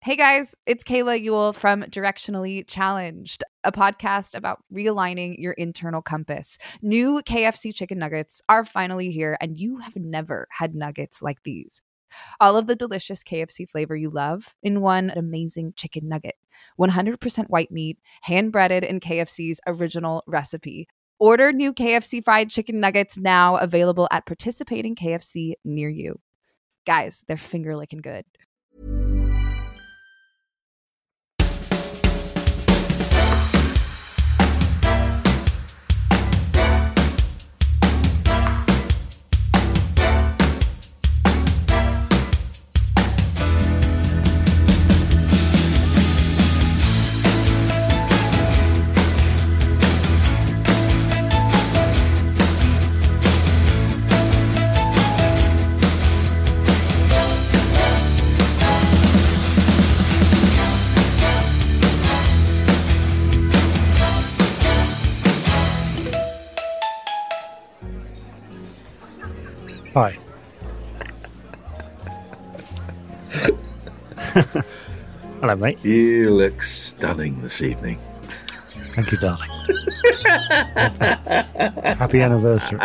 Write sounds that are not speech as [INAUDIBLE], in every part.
Hey guys, it's Kayla Yule from Directionally Challenged, a podcast about realigning your internal compass. New KFC chicken nuggets are finally here, and you have never had nuggets like these. All of the delicious KFC flavor you love in one amazing chicken nugget. 100% white meat, hand breaded in KFC's original recipe. Order new KFC fried chicken nuggets now, available at participating KFC near you. Guys, they're finger licking good. Hi. Hello, mate. You look stunning this evening. Thank you, darling. Happy anniversary.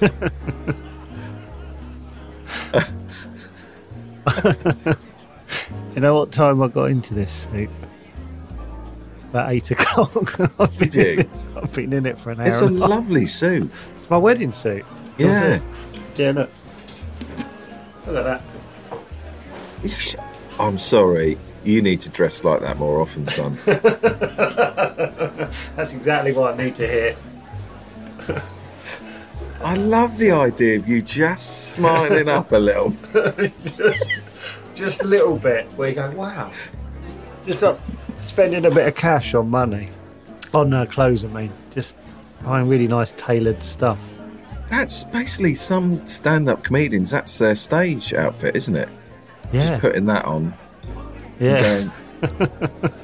[LAUGHS] Do you know what time I got into this, Snoop? About eight o'clock. [LAUGHS] I've been, Did you? in- I've been in it for an hour. It's a and a half. lovely suit. It's my wedding suit. Yeah. Yeah, look. Look at that. You sh- I'm sorry. You need to dress like that more often, [LAUGHS] son. That's exactly what I need to hear. I love the idea of you just smiling up a little. Just a little bit where you go, wow. Just not spending a bit of cash on money. On uh, clothes, I mean. Just buying really nice tailored stuff. That's basically some stand up comedians. That's their stage outfit, isn't it? Yeah. Just putting that on. yeah. [LAUGHS] Going,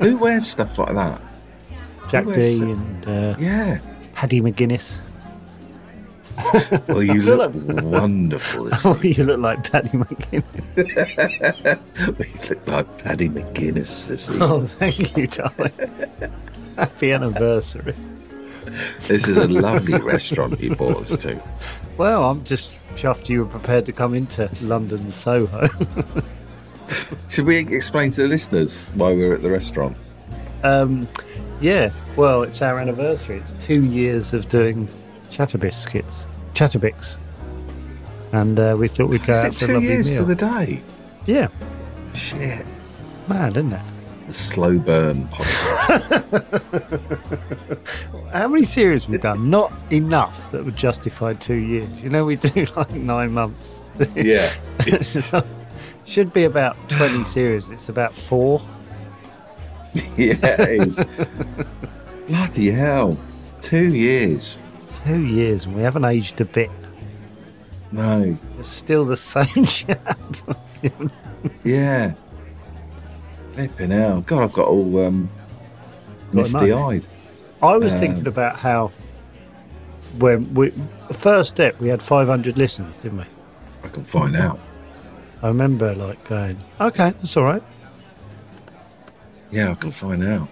Who wears stuff like that? Jack Who D wears- and uh, Yeah. Paddy McGuinness. [LAUGHS] Well, you feel look [LAUGHS] wonderful this Oh, you look like Paddy McGuinness. evening. You look like Paddy McGuinness [LAUGHS] this evening. [LAUGHS] Oh, thank you, darling. [LAUGHS] Happy anniversary. This is a lovely restaurant you brought us to. Well, I'm just chuffed you were prepared to come into London Soho. Should we explain to the listeners why we're at the restaurant? Um, yeah, well, it's our anniversary. It's two years of doing Chatterbiscuits, Chatterbix, and uh, we thought we'd go Is out it for a two lovely years meal. to the day? Yeah, Shit. mad, isn't it? The slow burn podcast. How many series we've done? Not enough that would justify two years. You know, we do [LAUGHS] like nine months. [LAUGHS] [LAUGHS] yeah. Should be about twenty series. It's about four. Yeah, it is. Bloody hell. Two years. Two years, and we haven't aged a bit. No. It's still the [LAUGHS] same chap. Yeah. Flipping hell. God, I've got all um, Got a misty eyed. I was Um, thinking about how when we first step we had 500 listeners, didn't we? I can find out. I remember like going, okay, that's all right. Yeah, I can find out.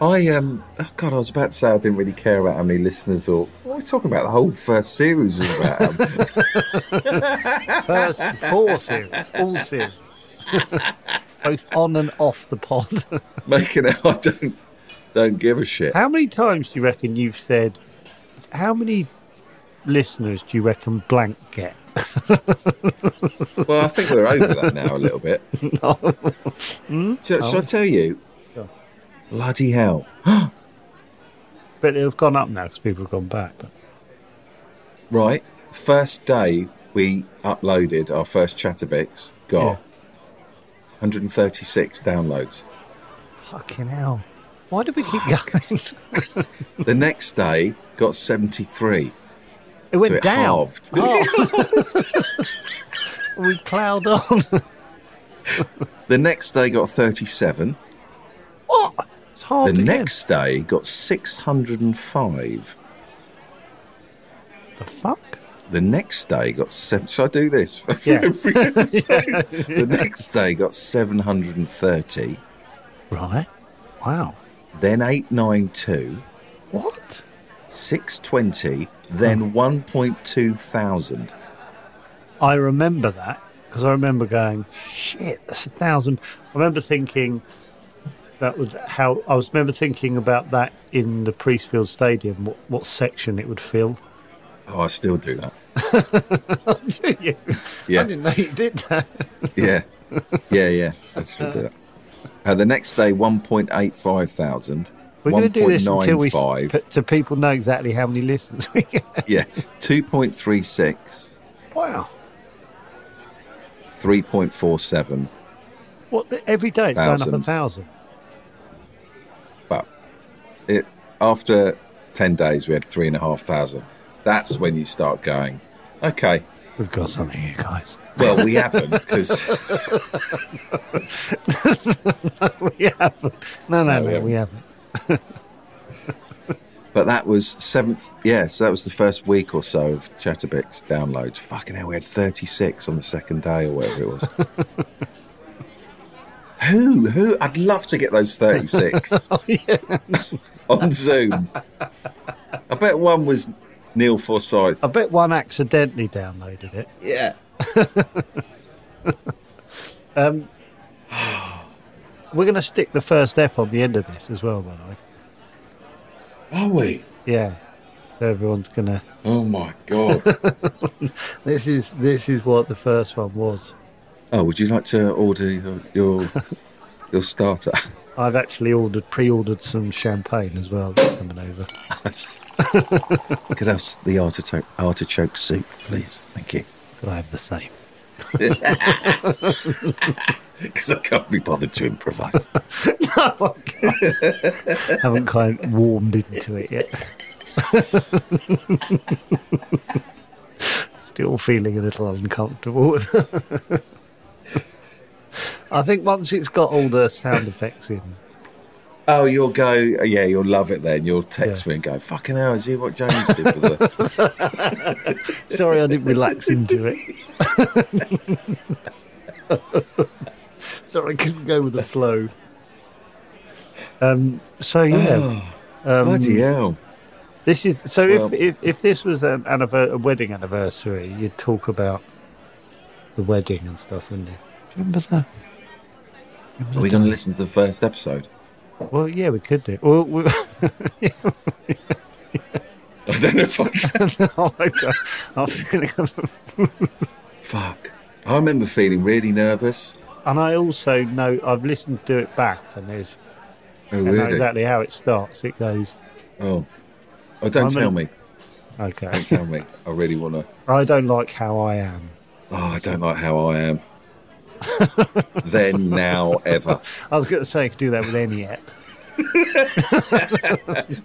I um oh god, I was about to say I didn't really care about how many listeners or what are we talking about? The whole first series is about um, First [LAUGHS] four series, all series, [LAUGHS] both on and off the pod. [LAUGHS] making it [LAUGHS] I don't don't give a shit. how many times do you reckon you've said? How many listeners do you reckon blank get? Well, I think we're over that now a [LAUGHS] little bit. Hmm? Shall, Oh. shall I tell you? Bloody hell. But it've gone up now because people have gone back. But Right. First day we uploaded our first Chatterbix, got Yeah. 136 downloads. fucking hell, Why do we keep going? The next day got 73. It went so it down. halved. [LAUGHS] We ploughed on. The next day got 37. It's halved The again. next day got 605. The [LAUGHS] fuck? The next day got seven. Should I do this? [LAUGHS] for Yeah. every episode? The next day got 730. Right. Wow. Then 892. What? 620. Then 1.2 thousand. I remember that because I remember going, shit, that's a thousand. I remember thinking that would how I was remember thinking about that in the Priestfield Stadium, what, what section it would [LAUGHS] fill. Oh, I still do that. Do you? Yeah. I didn't know you did that. Yeah. Yeah, yeah. I still do that. Uh, the next day, 1.85 thousand. We're going to do this until we 1.95. p- so people know exactly how many listens we get. Yeah. 2.36. Wow. 3.47. What the, every day it's going up a Thousand. thousand. But it after ten days, we had three and a half thousand. That's when you start going. Okay, We've got something here, guys. well we haven't because [LAUGHS] we haven't. No, no, No, we no, we haven't. but that was seventh. Yeah, so that was the first week or so of Chatterbox downloads. Fucking hell, we had thirty six on the second day or whatever it was. who who? I'd love to get those thirty six on Zoom. I bet one was Neil Forsyth. I bet one accidentally downloaded it. Yeah. We're going to stick the first F on the end of this as well, by the way. Are we? Yeah. So everyone's going to. Oh my god. This is this is what the first one was. Oh, would you like to order your your, your starter? I've actually ordered pre-ordered some champagne as well. That's coming over. Could I have s- the artichoke artichoke soup, please? Thank you. Could I have the same? Because I can't be bothered to improvise. Haven't kind of warmed into it yet. [LAUGHS] Still feeling a little uncomfortable. [LAUGHS] I think once it's got all the sound effects in, [LAUGHS] Oh, you'll go. Yeah, you'll love it. Then you'll text Yeah. me and go, "Fucking hell, is you what James did?" [LAUGHS] With the... Sorry, I didn't relax into it. [LAUGHS] Sorry, I couldn't go with the flow. Um, so yeah, Bloody Um, hell! this is so. Well- if, if if this was an anniver- a wedding anniversary, you'd talk about the wedding and stuff, wouldn't you? Remember that? Are we going to listen to the first episode? [LAUGHS] Well, yeah, we could do. Well, we, [LAUGHS] I don't know if [LAUGHS] I can. oh my God, I'm feeling. Fuck. I remember feeling really nervous. And I also know I've listened to it back, and there's Oh, I know really? exactly how it starts. It goes, Oh, oh! Don't I'm tell gonna- me. okay. Don't tell me. I really want to. I don't like how I am. Oh, I don't like how I [LAUGHS] am. then, now, [LAUGHS] ever. I was going to say I could do that with any app.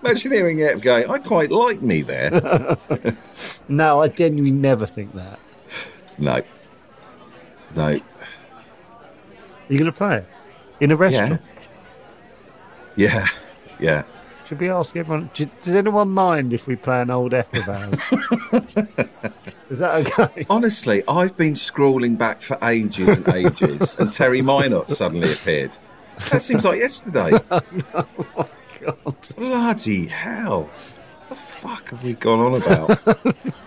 Imagine hearing it going, I quite like me [LAUGHS] there. No, I genuinely never think that. no. No. You're going to play it in a Yeah. restaurant. Yeah. Yeah. Should we ask everyone? do- Does anyone mind if we play an old app of ours? Is that okay? Honestly, I've been scrolling back for ages and ages, [LAUGHS] and Terry Minot suddenly appeared. That seems [LAUGHS] like yesterday. Oh, Bloody hell. The fuck have we gone on about? [LAUGHS]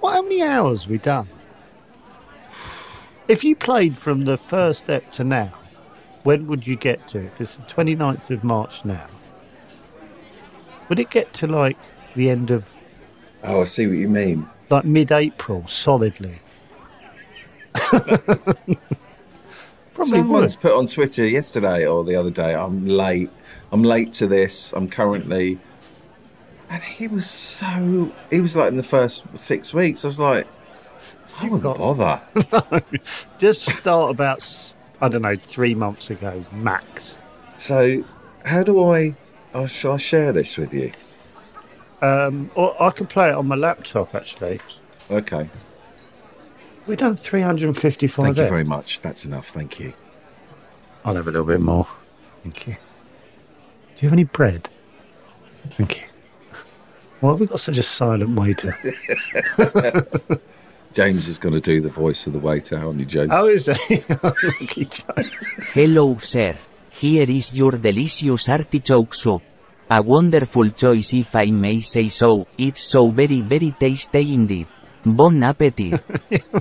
What? How many hours have we done? If you played from the first step to now, when would you get to? If it's the 29th of March now, would it get to like the end of oh, I see what you mean. like mid-April solidly. Probably Someone's would. put on Twitter yesterday or the other day, I'm late. I'm late to this. I'm currently. And he was so. He was like in the first six weeks. I was like, I wouldn't got- bother. Just start about s- I don't know three months ago max. so How do I? Oh, shall I share this with you? Um, or I could play it on my laptop, actually. Okay. We've done 355 Thank you there. very much. That's enough. Thank you. I'll have a little bit more. Thank you. Do you have any bread? Thank you. Why have we got such a silent waiter? James is going to do the voice of the waiter, aren't you, James? How is it? Lucky Joe. Hello, sir. Here is your delicious artichoke soup. A wonderful choice if I may say so, it's so very very tasty indeed. Bon appetit.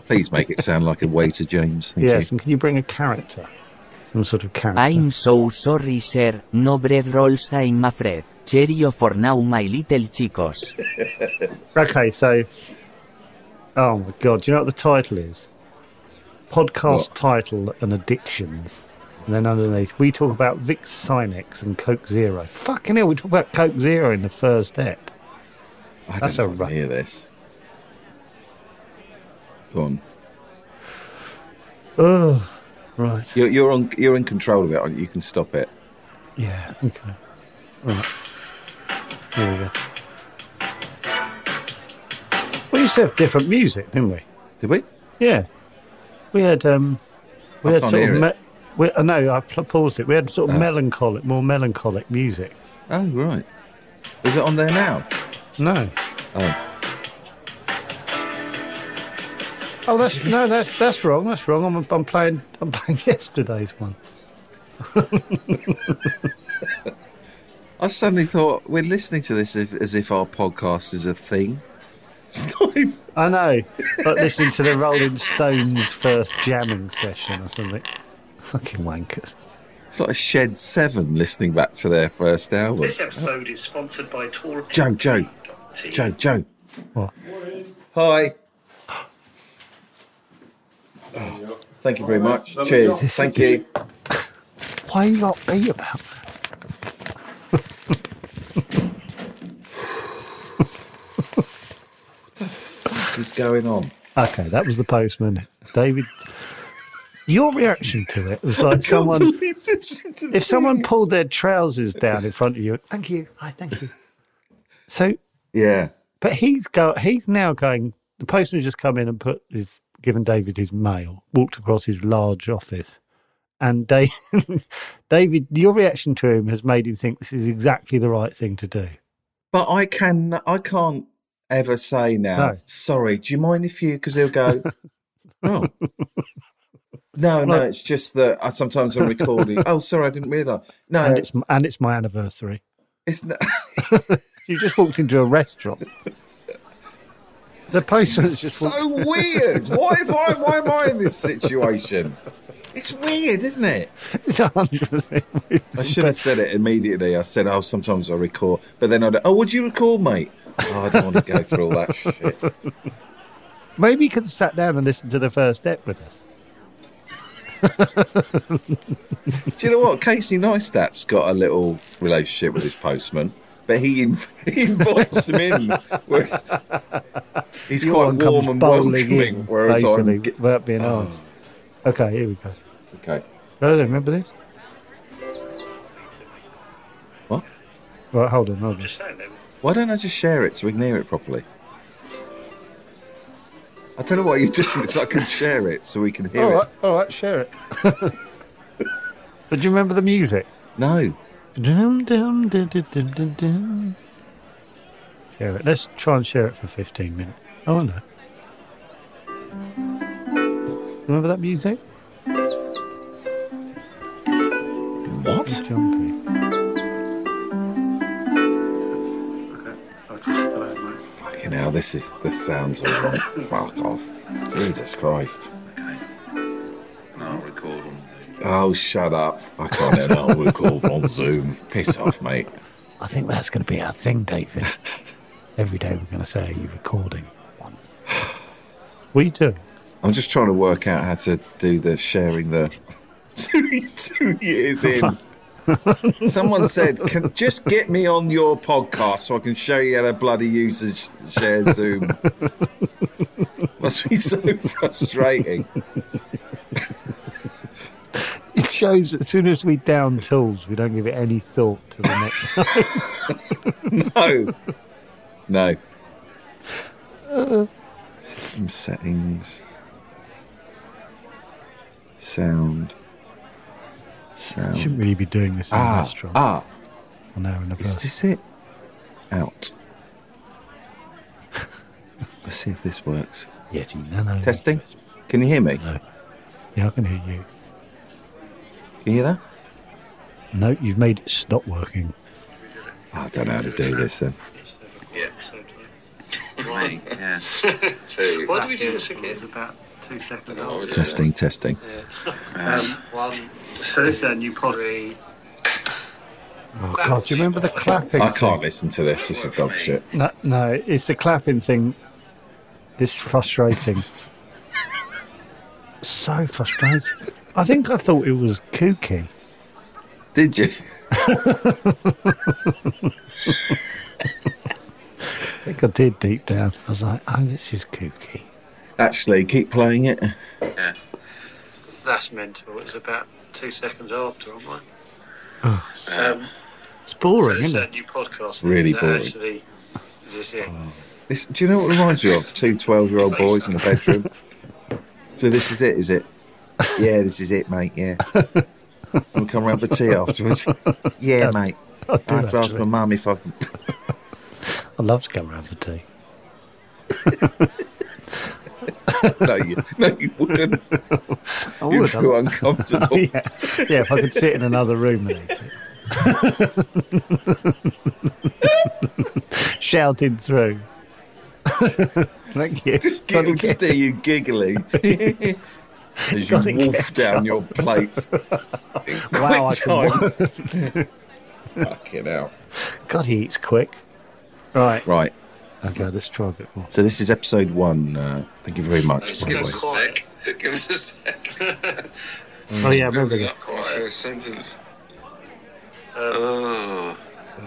Please make it sound like a waiter, James. Thank Yes, you. and can you bring a character? Some sort of character. I'm so sorry, sir, no bread rolls I'm afraid. Cheerio for now, my little chicos. Okay, so. Oh my god, do you know what the title is? Podcast What? title and addictions. And then underneath, we talk about Vic Sinex and Coke Zero. Fucking hell, we talk about Coke Zero in the first ep. I That's don't know if a I can ru- hear this. Go on. Oh, right. You're, you're on. You're in control of it. Aren't you? you can stop it. Yeah, okay. Right. Here we go. We used to have different music, didn't we? Did we? Yeah, we had um, we I had can't sort of hear me- it. we, uh, no, I pl- paused it. We had sort of melancholic, more melancholic music. Oh right. Is it on there now? No, Oh, oh that's no, that's that's wrong. That's wrong. I'm I'm playing I'm playing [LAUGHS] yesterday's one. I suddenly thought we're listening to this if, as if our podcast is a thing. [LAUGHS] It's not even- I know, but listening [LAUGHS] to the Rolling Stones first jamming session or something. Fucking wankers. It's like a Shed Seven listening back to their first album. This episode is sponsored by Tor. Joe, Joe, Joe, Joe. What? Hi. Oh, thank you very much. Cheers. Thank you. Why are you not be about that? What's going on? Okay, that was the postman, David. Your reaction to it was like someone. If someone pulled their trousers down in front of you, thank you, hi, thank you. So, Yeah. but he's go, he's now going. The postman just come in and put his given David his mail, walked across his large office, and [LAUGHS] David, David, your reaction to him has made him think this is exactly the right thing to do. But I can I can't ever say now. No. Sorry, do you mind if you? Because [LAUGHS] he'll go. Oh. No, no, Right. it's just that I, sometimes I'm recording. oh, sorry, I didn't realise. No, And it's, it's and it's my anniversary. it's not. You just walked into a restaurant. The [LAUGHS] postman's just walked- [LAUGHS] so weird. Why, have I? why am I in this situation? It's weird, isn't it? It's 100%. I should have said it immediately. I said, "Oh, sometimes I record," but then I'd, "Oh, would you record, mate?" Oh, I don't want to go through all that shit. Maybe you could have sat down and listened to the first step with us. Do you know what? Casey Neistat's got a little relationship with his postman, but he, inv- [LAUGHS] he invites him in. Where he's Your quite one warm comes and bowling welcoming, in, whereas basically, I'm. Oh. ge- without being asked. Okay, here we go. okay. I don't remember this. What? Right, hold on, hold on. Just saying, they Why don't I just share it so we can hear it properly? I don't know what you're doing. It's I can share it so we can hear All it. right, all right, share it. [LAUGHS] but do you remember the music? No. Dum, dum, dum, dum, dum, dum, dum. Share it. Let's try and share it for 15 minutes. Oh, no. Remember that music? What? Jumpy. Fucking hell, this is this sounds all wrong. Fuck off. Jesus Christ. I'll record on Oh, shut up. I can't edit. I'll record on Zoom. Piss off, mate. I think that's going to be our [LAUGHS] thing, David. Every day we're going to say, Are you recording? We do. I'm just trying to work out how to do the sharing the [LAUGHS] two, two years in. [LAUGHS] Someone said, can, just get me on your podcast so I can show you how to bloody use and sh- share Zoom. [LAUGHS] Must be so frustrating. Did shows as soon as we down tools, we don't give it any thought to the [LAUGHS] next. No. no. System settings. Sound. Shouldn't Sound. really be doing this in a Ah, restaurant. ah, An hour and a is half. this it? Out. [LAUGHS] Let's see if this works. Yeti Nano. Testing. Can you hear me? Yeah, I can hear you. Can you hear that? No, you've made it stop working. Ah, I don't know how to do this then. Right, yeah. Two. Why do we do this again? about two seconds Oh, Um, Testing, testing. One, So this is a new pod. three. Oh, God, do you remember the clapping? I can't listen to this. This is dog shit. thing? No, no, it's the clapping thing. It's frustrating. so frustrating. I think I thought it was kooky. Did you? I think I did deep down. I was like, oh, this is kooky. Actually, keep playing it. That's mental. It was about two seconds after, am I? It's boring, It's isn't that it? new podcast. Really that boring. Oh. Actually, this, yeah. This, do you know what it reminds me of? Two 12 year [LAUGHS] old boys in a bedroom. So, this is it, is [LAUGHS] it? Yeah, this is it, mate. Yeah. And we come round for tea afterwards. [LAUGHS] Yeah, mate. I do have to ask actually. my mum if I can. I love to come round for tea. No, you, no, you [LAUGHS] wouldn't. I You would. feel uncomfortable. yeah. yeah, if [LAUGHS] I could sit in another room and eat it. [LAUGHS] Shouted through. [LAUGHS] Thank you. Just Gotta giggle, get- stare you [LAUGHS] giggling as you Gotta wolf get down your plate. Wow, I can Fucking hell. God, he eats quick. Right. Right. Okay, let's try a bit more. So this is episode one. Uh, thank you very much. By the Give us a way. sec. Give us a sec. Oh yeah, I remember that. Not quite a sentence. oh.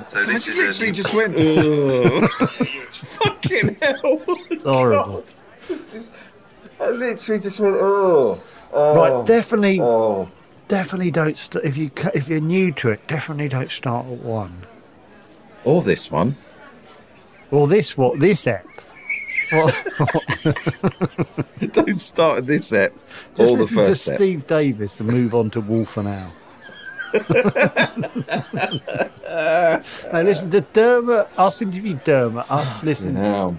So I this just is a literally new [LAUGHS] just went. "Ugh." [LAUGHS] Fucking hell! It's horrible. I literally just went. Oh. oh Right, definitely, Oh. definitely don't. St- if you ca- if you're new to it, definitely don't start at one. Or this one. [LAUGHS] Or this what this app. [LAUGHS] What- Don't start at this set. just All the listen to first set. Steve Davis and move on to Wolf and [LAUGHS] Owl. now listen to Dermot. Us interview Dermot. Us listen Now,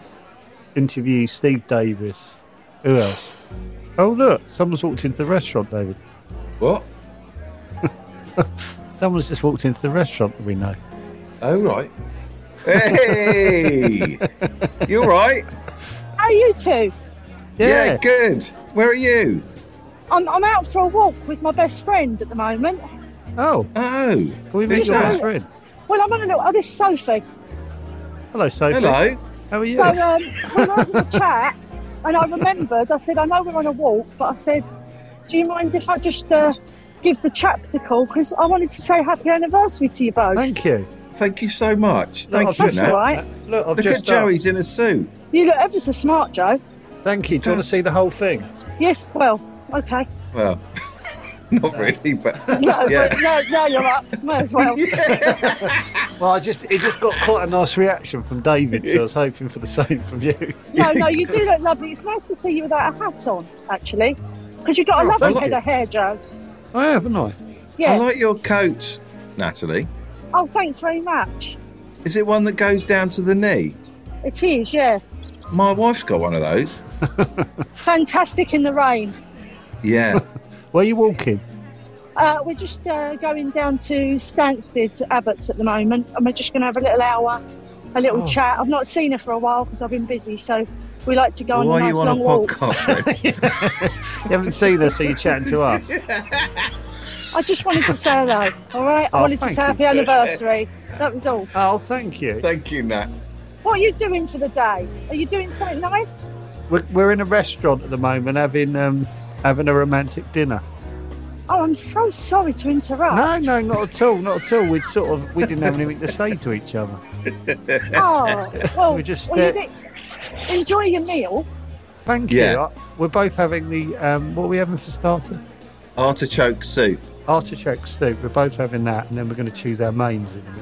interview Steve Davis. Who else? Oh look, someone's walked into the restaurant, David. what? Someone's just walked into the restaurant that we know. Oh right. [LAUGHS] Hey, you all right? How are you two? yeah, good. Where are you? I'm, I'm out for a walk with my best friend at the moment. Oh, Oh, can we meet who's your that? best friend? Well, I'm on a little. Oh, this is Sophie. Hello, Sophie. Hello. How are you? [LAUGHS] So um, we were having a chat, and I remembered. I said, I know we're on a walk, but I said, do you mind if I just uh, give the chaps a call because I wanted to say happy anniversary to you both. Thank you. Thank you so much. No, I've Thank you. just- uh, That's all Nat. right. Look, I've Look at just Joey's in a suit. You look ever so smart, Joe. uh, Thank you. Do you want to see the whole thing? Yes. Well. [LAUGHS] Okay. Well, [LAUGHS] not really, but No. Yeah. But no. No. You're up. Might [LAUGHS] as well. Well, I just it just got quite a nice reaction from David, so I was hoping for the [LAUGHS] same from you. No. No. You do look lovely. It's nice to see you without a hat on, actually, because you've got a Oh, lovely thank head you. of hair, Joe. I Oh, haven't I? Yeah. I like your coat, Natalie. Oh, thanks very much. Is it one that goes down to the knee? It is, yeah. My wife's got one of those. Fantastic in the rain. Yeah. Where are you walking? Uh, we're just uh, going down to Stansted to Abbots at the moment, and we're just going to have a little hour, a Oh. little chat. I've not seen her for a while because I've been busy, so we like to Why go on a are nice you on a long walk. podcast? then? You haven't seen us, so you're chatting to us. I just wanted to say [LAUGHS] hello, all right? I Oh, wanted to thank say happy anniversary. That was all. [LAUGHS] Oh, thank you. Thank you, Nat. What are you doing for the day? Are you doing something nice? We're, we're in a restaurant at the moment, having um, having a romantic dinner. Oh, I'm so sorry to interrupt. Oh. No, no, not at all, not at all. We sort of we didn't have anything to say to each other. [LAUGHS] Oh, well, We're just, well, you uh, did- enjoy your meal. Thank Yeah. you. I- We're both having the um, what are we having for starter? Artichoke soup. artichoke soup. We're both having that, and then we're going to choose our mains in a minute.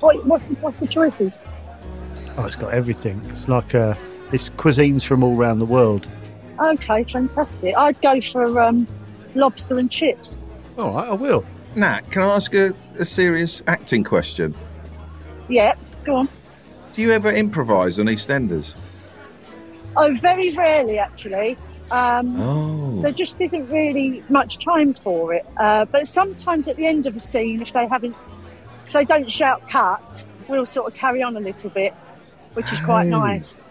What, what's, the, what's the choices? Oh, it's got everything. It's like uh, it's cuisines from all around the world. Okay, fantastic. I'd go for um, lobster and chips. All right, I will. Nat, can I ask a, a serious acting question? Yeah, go on. Do you ever improvise on EastEnders? Oh, very rarely actually. Um, Oh. There just isn't really much time for it. Uh, but sometimes at the end of a scene, if they haven't, if they don't shout cut, we'll sort of carry on a little bit, which is quite Oh. nice.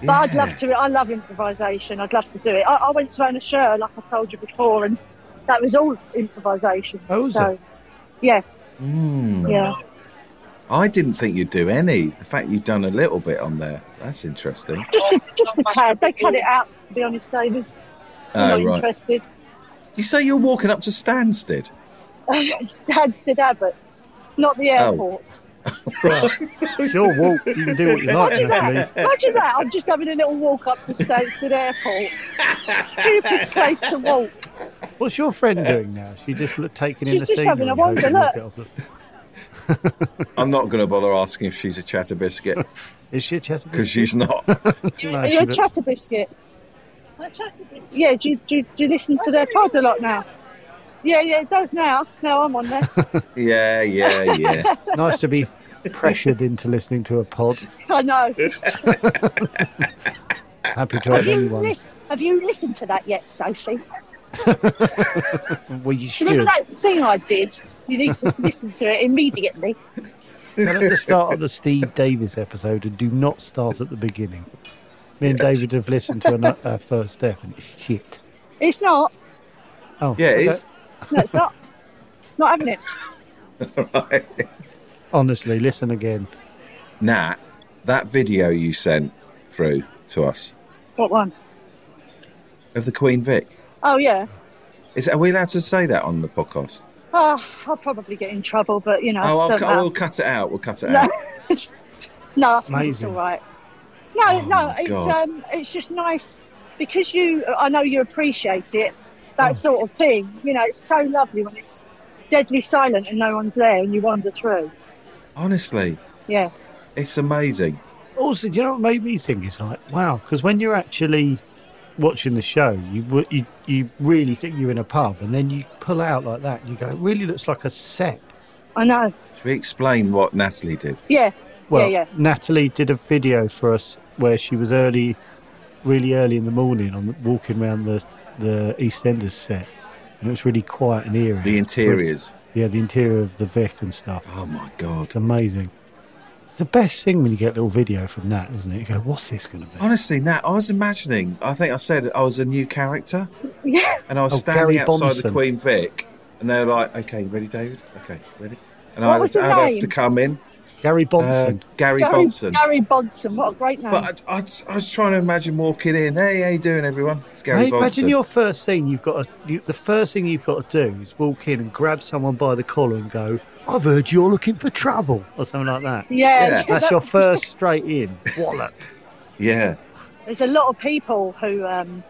But I'd love to. I love improvisation. I'd love to do it. I, I went to own a show, like I told you before, and that was all improvisation. Oh, was so, it? yeah, Mm. yeah. I didn't think you'd do any. The fact you've done a little bit on there, that's interesting. Just a, just a tad. They cut it out, to be honest, David. I'm Oh, not right. interested. You say you're walking up to Stansted? Stansted Abbots, not the Oh. airport. Sure, walk. You can do what you [LAUGHS] like, Imagine naturally. that. Imagine that. I'm just having a little walk up to Stansted Airport. [LAUGHS] Stupid place to walk. What's your friend doing now? She just look, taking in She's the just having scenery, a wander, hoping you look. get off the- I'm not going to bother asking if she's a chatter biscuit. Is she a chatter Because she's [LAUGHS] not. Are you a chatter biscuit? Yeah, do you, do, you- do you listen to their pod a lot now? Yeah, yeah, it does now. Now I'm on there. yeah, yeah, yeah. nice to be pressured into listening to a pod. I know. Happy to Have have you, anyone. lis- have you listened to that yet, Sophie? well, you Do you should. remember that thing I did? You need to listen to it immediately. Tell us to start on the Steve Davis episode and do not start at the beginning. Me and David have listened to an, our first step and it's shit. It's not. Oh, Yeah, okay. it [LAUGHS] is. No, it's not. Not having it. right. Honestly, listen again. Nat, that video you sent through to us What one? of the Queen Vic. Oh, yeah. Is, are we allowed to say that on the podcast? Oh, I'll probably get in trouble, but you know. oh, I'll, don't cu- matter. we'll cut it out. We'll cut it No, out. no, I think it's Amazing. Oh, all right. No, no, it's God. um, it's just nice because you. I know you appreciate it. That Oh. sort of thing. You know, it's so lovely when it's deadly silent and no one's there and you wander through. Honestly, Yeah. it's amazing. Also, do you know what made me think? It's like, wow, because when you're actually watching the show, you, w- you you really think you're in a pub, and then you pull out like that, and you go, it really looks like a set. I know. Should we explain what Natalie did? Yeah. Well, yeah, yeah. Natalie did a video for us where she was early, really early in the morning, on walking around the the EastEnders set, and it was really quiet and eerie. The interiors. yeah, the interior of the Vic and stuff. Oh my god, it's amazing! It's the best thing when you get a little video from that, isn't it? You go, what's this going to be? Honestly, Nat, I was imagining. I think I said I was a new character, Yeah. and I was Oh, standing Gary outside the Bonson. Queen Vic, and they were like, "Okay, you ready, David? Okay, ready." And What I was was his out name? to come in. Uh, Gary Bonson. Gary, Gary Bonson. Gary Bonson. What a great name. But uh, I, I, I was trying to imagine walking in. Hey, how you doing, everyone? It's Gary Mate, Bonson. imagine your first thing you've got to, you, the first thing you've got to do is walk in and grab someone by the collar and go, I've heard you're looking for trouble, or something like that. [LAUGHS] Yeah. Yeah. That's your [LAUGHS] first straight in. Wallop. Yeah. There's a lot of people who, um,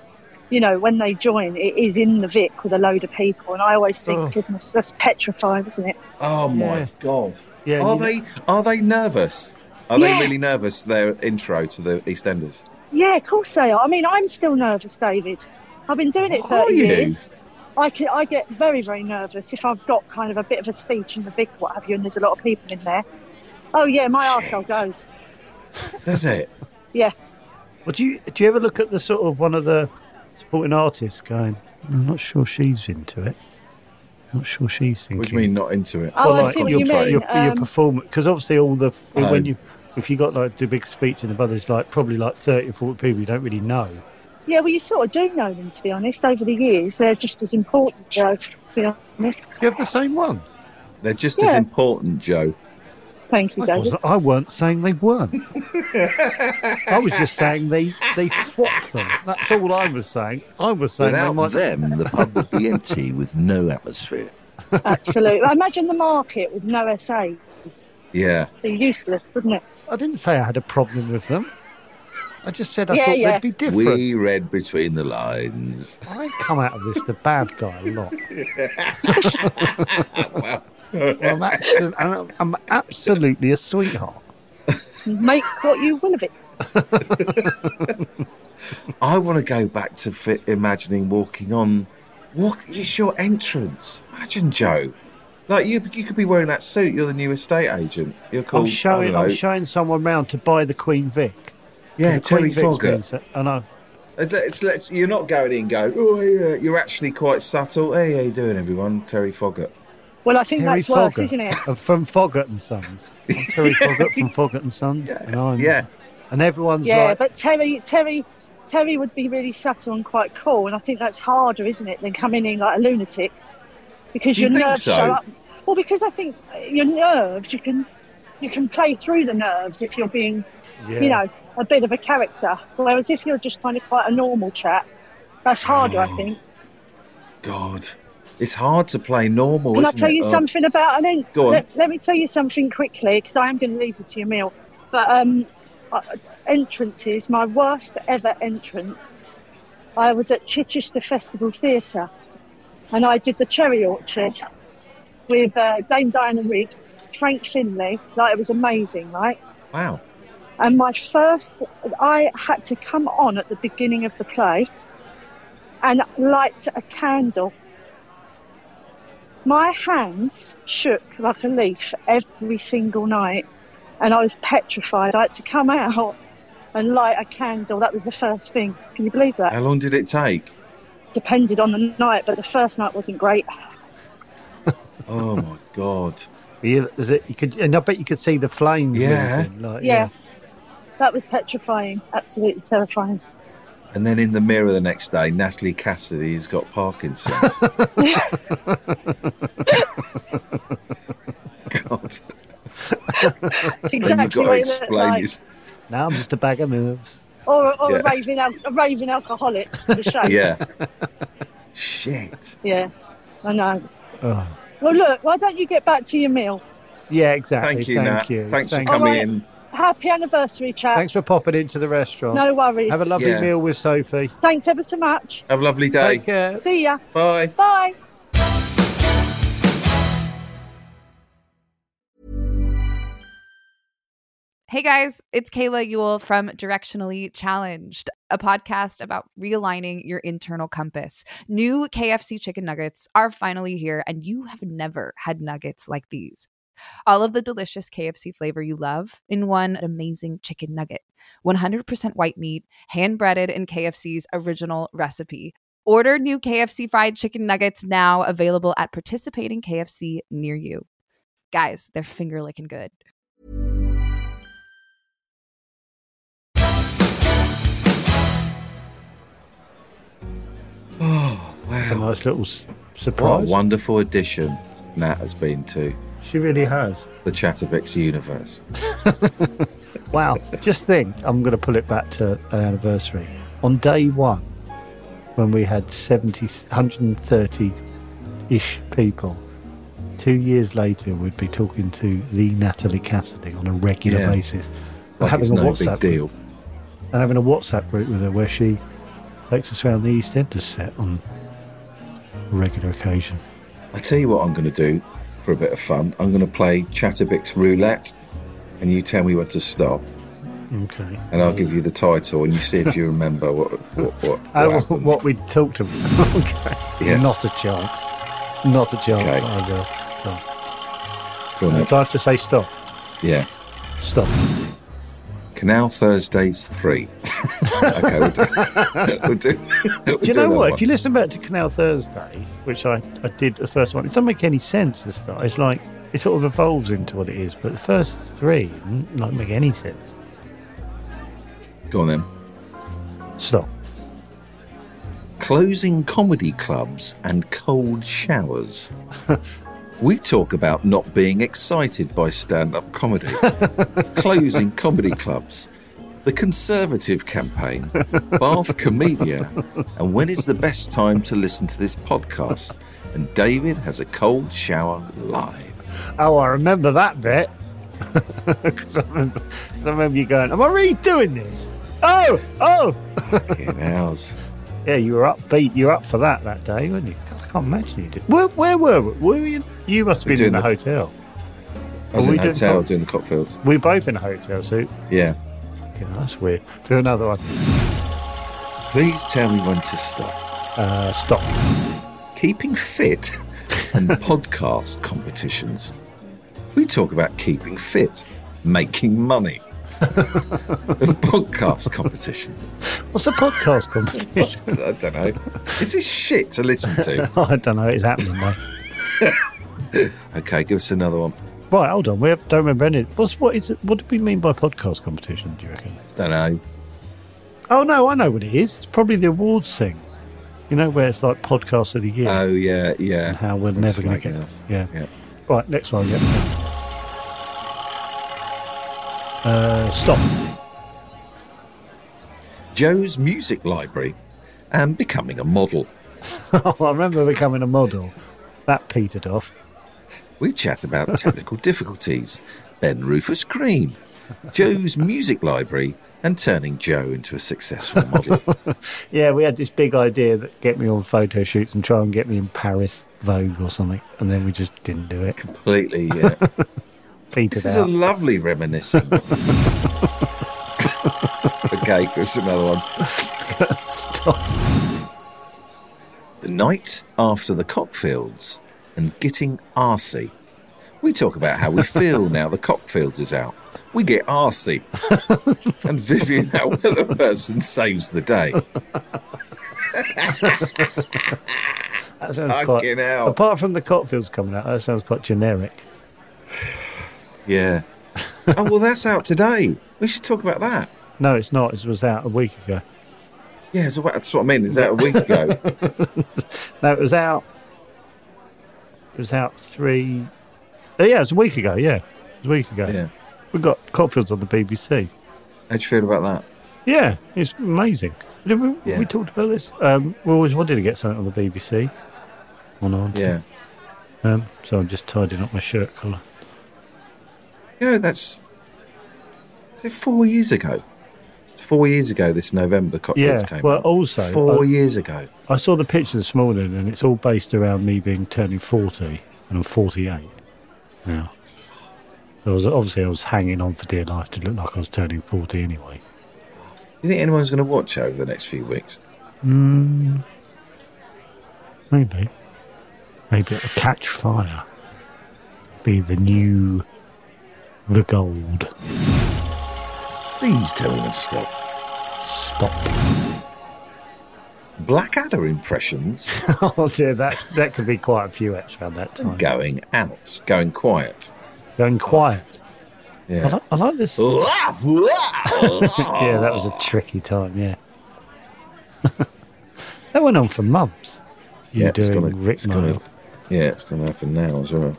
you know, when they join, it is in the Vic with a load of people, and I always think, Oh. goodness, that's petrifying, isn't it? Oh my Yeah. god. Yeah, Are you know- they are they nervous? Are Yeah. they really nervous? Their intro to the EastEnders. Yeah, of course they are. I mean, I'm still nervous, David. I've been doing it Are 30 you? years. I, can, I get very, very nervous if I've got kind of a bit of a speech in the Vic, what have you, and there's a lot of people in there. Oh, yeah, my arsehole goes. Does it? Yeah. Well, do you do you ever look at the sort of one of the supporting artists going, I'm not sure she's into it. not sure she's thinking. What do you mean not into it? Oh, I see what your, you mean. Your, your Um, performance, because obviously all the Oh. when you if you got like do a big speech in the buzz, it's like probably like thirty or forty people you don't really know. Yeah, well, you sort of do know them, to be honest, over the years. They're just as important, Joe, to be honest. You have the same one. They're just as Yeah. important, Joe. Thank you, I, David. was, I weren't saying they weren't. I was just saying they they swapped them. That's all I was saying. I was saying Without they might. them, the pub would be empty with no atmosphere. Absolutely. Imagine the market with no SAs. Yeah. They're useless, wouldn't it? I didn't say I had a problem with them. I just said I thought they'd be different. We read between the lines. I come out of this the bad guy a [LAUGHS] lot. Well, I'm, abso- I'm- I'm absolutely a sweetheart. Make what you will of it. I want to go back to fi- imagining walking on. Walk. It's your entrance. Imagine Joe. Like you, you could be wearing that suit. You're the new estate agent. You're called. I'm I showing. don't I'm know. showing someone round to buy the Queen Vic. Yeah, The Terry Queen Vic's Fogger. been set- I know. It's- it's- it's- you're not going in going, oh, yeah. You're actually quite subtle. Hey, how you doing, everyone? Terry Foggett. Well, I think Terry that's worse, Foggett [LAUGHS] isn't it? of- From Foggett and Sons. I'm [LAUGHS] Terry Foggett from Foggett and Sons. Yeah. And, I'm, yeah. and everyone's Yeah, like, but Terry, Terry, Terry would be really subtle and quite cool, and I think that's harder, isn't it, than coming in like a lunatic because Do you your think nerves so? show up. Well, because I think uh, your nerves, you can, you can play through the nerves if you're being, you Yeah. know, a bit of a character. Whereas if you're just kind of quite a normal chap, that's harder, Mm. I think. God, it's hard to play normal. Can I isn't tell it? you Oh. something about an ink? Go on. Let, let me tell you something quickly because I am going to leave you to your meal. But um, uh, entrances, my worst ever entrance. I was at Chichester Festival Theatre, and I did the Cherry Orchard with uh, Dame Diana Rigg, Frank Finley. Like it was amazing, right? Wow. And my first, I had to come on at the beginning of the play and light a candle. My hands shook like a leaf every single night, and I was petrified. I had to come out and light a candle. That was the first thing. Can you believe that? How long did it take? Depended on the night, but the first night wasn't great. Oh my god! You, is it? You could, and I bet you could see the flame. Yeah. moving, like, yeah. That was petrifying, absolutely terrifying. And then in the mirror the next day, Natalie Cassidy's got [LAUGHS] Parkinson's. God. It's exactly and you've got to what it looked explain like. this. Now I'm just a bag of nerves. Or, or Yeah. a, raving, al- a raving alcoholic, [LAUGHS] the show. Yeah. Shit. Yeah, I know. Oh. Well, look, why don't you get back to your meal? Yeah, exactly. Thank you, Thank Nat. you. Thanks for Thank you. coming in. Happy anniversary, chat. Thanks for popping into the restaurant. No worries. Have a lovely Yeah. meal with Sophie. Thanks ever so much. Have a lovely day. Take care. See ya. Bye. Bye. Hey guys, it's Kayla Yule from Directionally Challenged, a podcast about realigning your internal compass. New KFC chicken nuggets are finally here, and you have never had nuggets like these. All of the delicious KFC flavor you love in one amazing chicken nugget. 100% white meat, hand breaded in KFC's original recipe. Order new KFC fried chicken nuggets now, available at participating KFC near you. Guys, they're finger licking good. Oh, wow. a nice little s- What a surprise. wonderful addition Nat has been to She really has. the Chatterbox universe. Wow. Just think, I'm going to pull it back to an anniversary. On day one, when we had 70, 130 ish people, two years later, we'd be talking to the Natalie Cassidy on a regular Yeah. basis. Like it's no big deal. And having a WhatsApp group with her where she takes us around the East End to set on a regular occasion. I tell you what I'm going to do for a bit of fun. I'm going to play Chatterbox roulette, and you tell me when to stop, Okay. and I'll give you the title, and you see if you remember what what what. Oh, what what, we talked about. okay. [LAUGHS] Yeah. Not a chance. Not a chance. Okay. I will. No. Go on, Uh, Nick. do I have to say stop? yeah. Stop. Canal Thursdays [LAUGHS] three. okay, we'll do. we'll do, we'll do you know that what? one. If you listen back to Canal Thursday, which I, I did the first one, it doesn't make any sense to start. It's like it sort of evolves into what it is, but the first three mm, don't make any sense. Go on then. Stop. Closing comedy clubs and cold [LAUGHS] showers. we talk about not being excited by stand up [LAUGHS] comedy. Closing comedy clubs. The Conservative campaign. Bath Comedia. And when is the best time to listen to this podcast? And David has a cold shower live. Oh, I remember [LAUGHS] that bit. Because I, remember- 'cause I remember you going, Am I really doing this? Oh, oh. Fucking hells. Yeah, you were upbeat. You were up for that that day, weren't you? God, I can't imagine you did. Where, where were we? Were you? You must have We're been doing in the, the- hotel. I was Were in we a doing hotel cop- doing the Copfields. We were both in a hotel suit. Yeah. Yeah, that's weird. Do another one. Please tell me when to stop. Uh, stop. Keeping fit [LAUGHS] and podcast competitions. We talk about keeping fit, making money, and podcast competition. What's a podcast [LAUGHS] competition? I don't know. Is this shit to listen to? [LAUGHS] I don't know. It's happening though. okay, give us another one. Right, hold on. We have, don't remember any. What's what is it? What do we mean by podcast competition? Do you reckon? Don't know. Oh no, I know what it is. It's probably the awards thing. You know where it's like podcast of the year. Oh yeah, yeah. And how we're I'm never going to slagging get. off. Yeah. yeah. Right, next one. Yeah. Uh, stop. Joe's music library and becoming a model. Oh, I remember becoming a model. That petered off. We chat about technical difficulties, Ben Rufus Green, Joe's music library, and turning Joe into a successful model. Yeah, we had this big idea that get me on photo shoots and try and get me in Paris Vogue or something, and then we just didn't do it. Completely, yeah. Petered This is a out. lovely reminiscing. [LAUGHS] okay, here's another one. Stop. The night after the Cockfields and getting arsey. We talk about how we feel now the Cockfields is out. We get [LAUGHS] arsey. and Vivian, our weather person, saves the day. That sounds Fucking quite. hell. Apart from the Cotfields coming out, that sounds quite generic. Yeah. oh, well, that's out today. We should talk about that. No, it's not. It was out a week ago. Yeah, so that's what I mean. Is that a week [LAUGHS] ago? No, it was out. It was out three. Oh, yeah, it was a week ago. Yeah, it was a week ago. Yeah. we got Cotfields on the BBC. How'd you feel about Yeah, it's amazing. Did we, Yeah. we talked about this. Um, we always wanted to get something on the BBC. On our that? Yeah. Um, so I'm just tidying up my shirt collar. You know, that's is it four years ago. It's four years ago this November Cockfields Yeah, came. well, out. also, four I- years ago. I saw the picture this morning, and it's all based around me being turning forty, and I'm forty-eight now. So I was obviously I was hanging on for dear life to look like I was turning forty anyway. Do you think anyone's going to watch over the next few weeks? Mm, maybe, maybe it'll catch fire. Be the new, the gold. Please tell me when to stop. Stop. Blackadder impressions [LAUGHS] oh dear, that's that could be quite a few X around that time. going out, going quiet. Going quiet. I, Yeah. [LAUGHS] li- I like this. yeah, yeah, that was a tricky time. Yeah, [LAUGHS] that went on for months. You Yeah, it's doing gonna- Rick it's gonna- Mail. Yeah, it's going to happen now as [LAUGHS] well.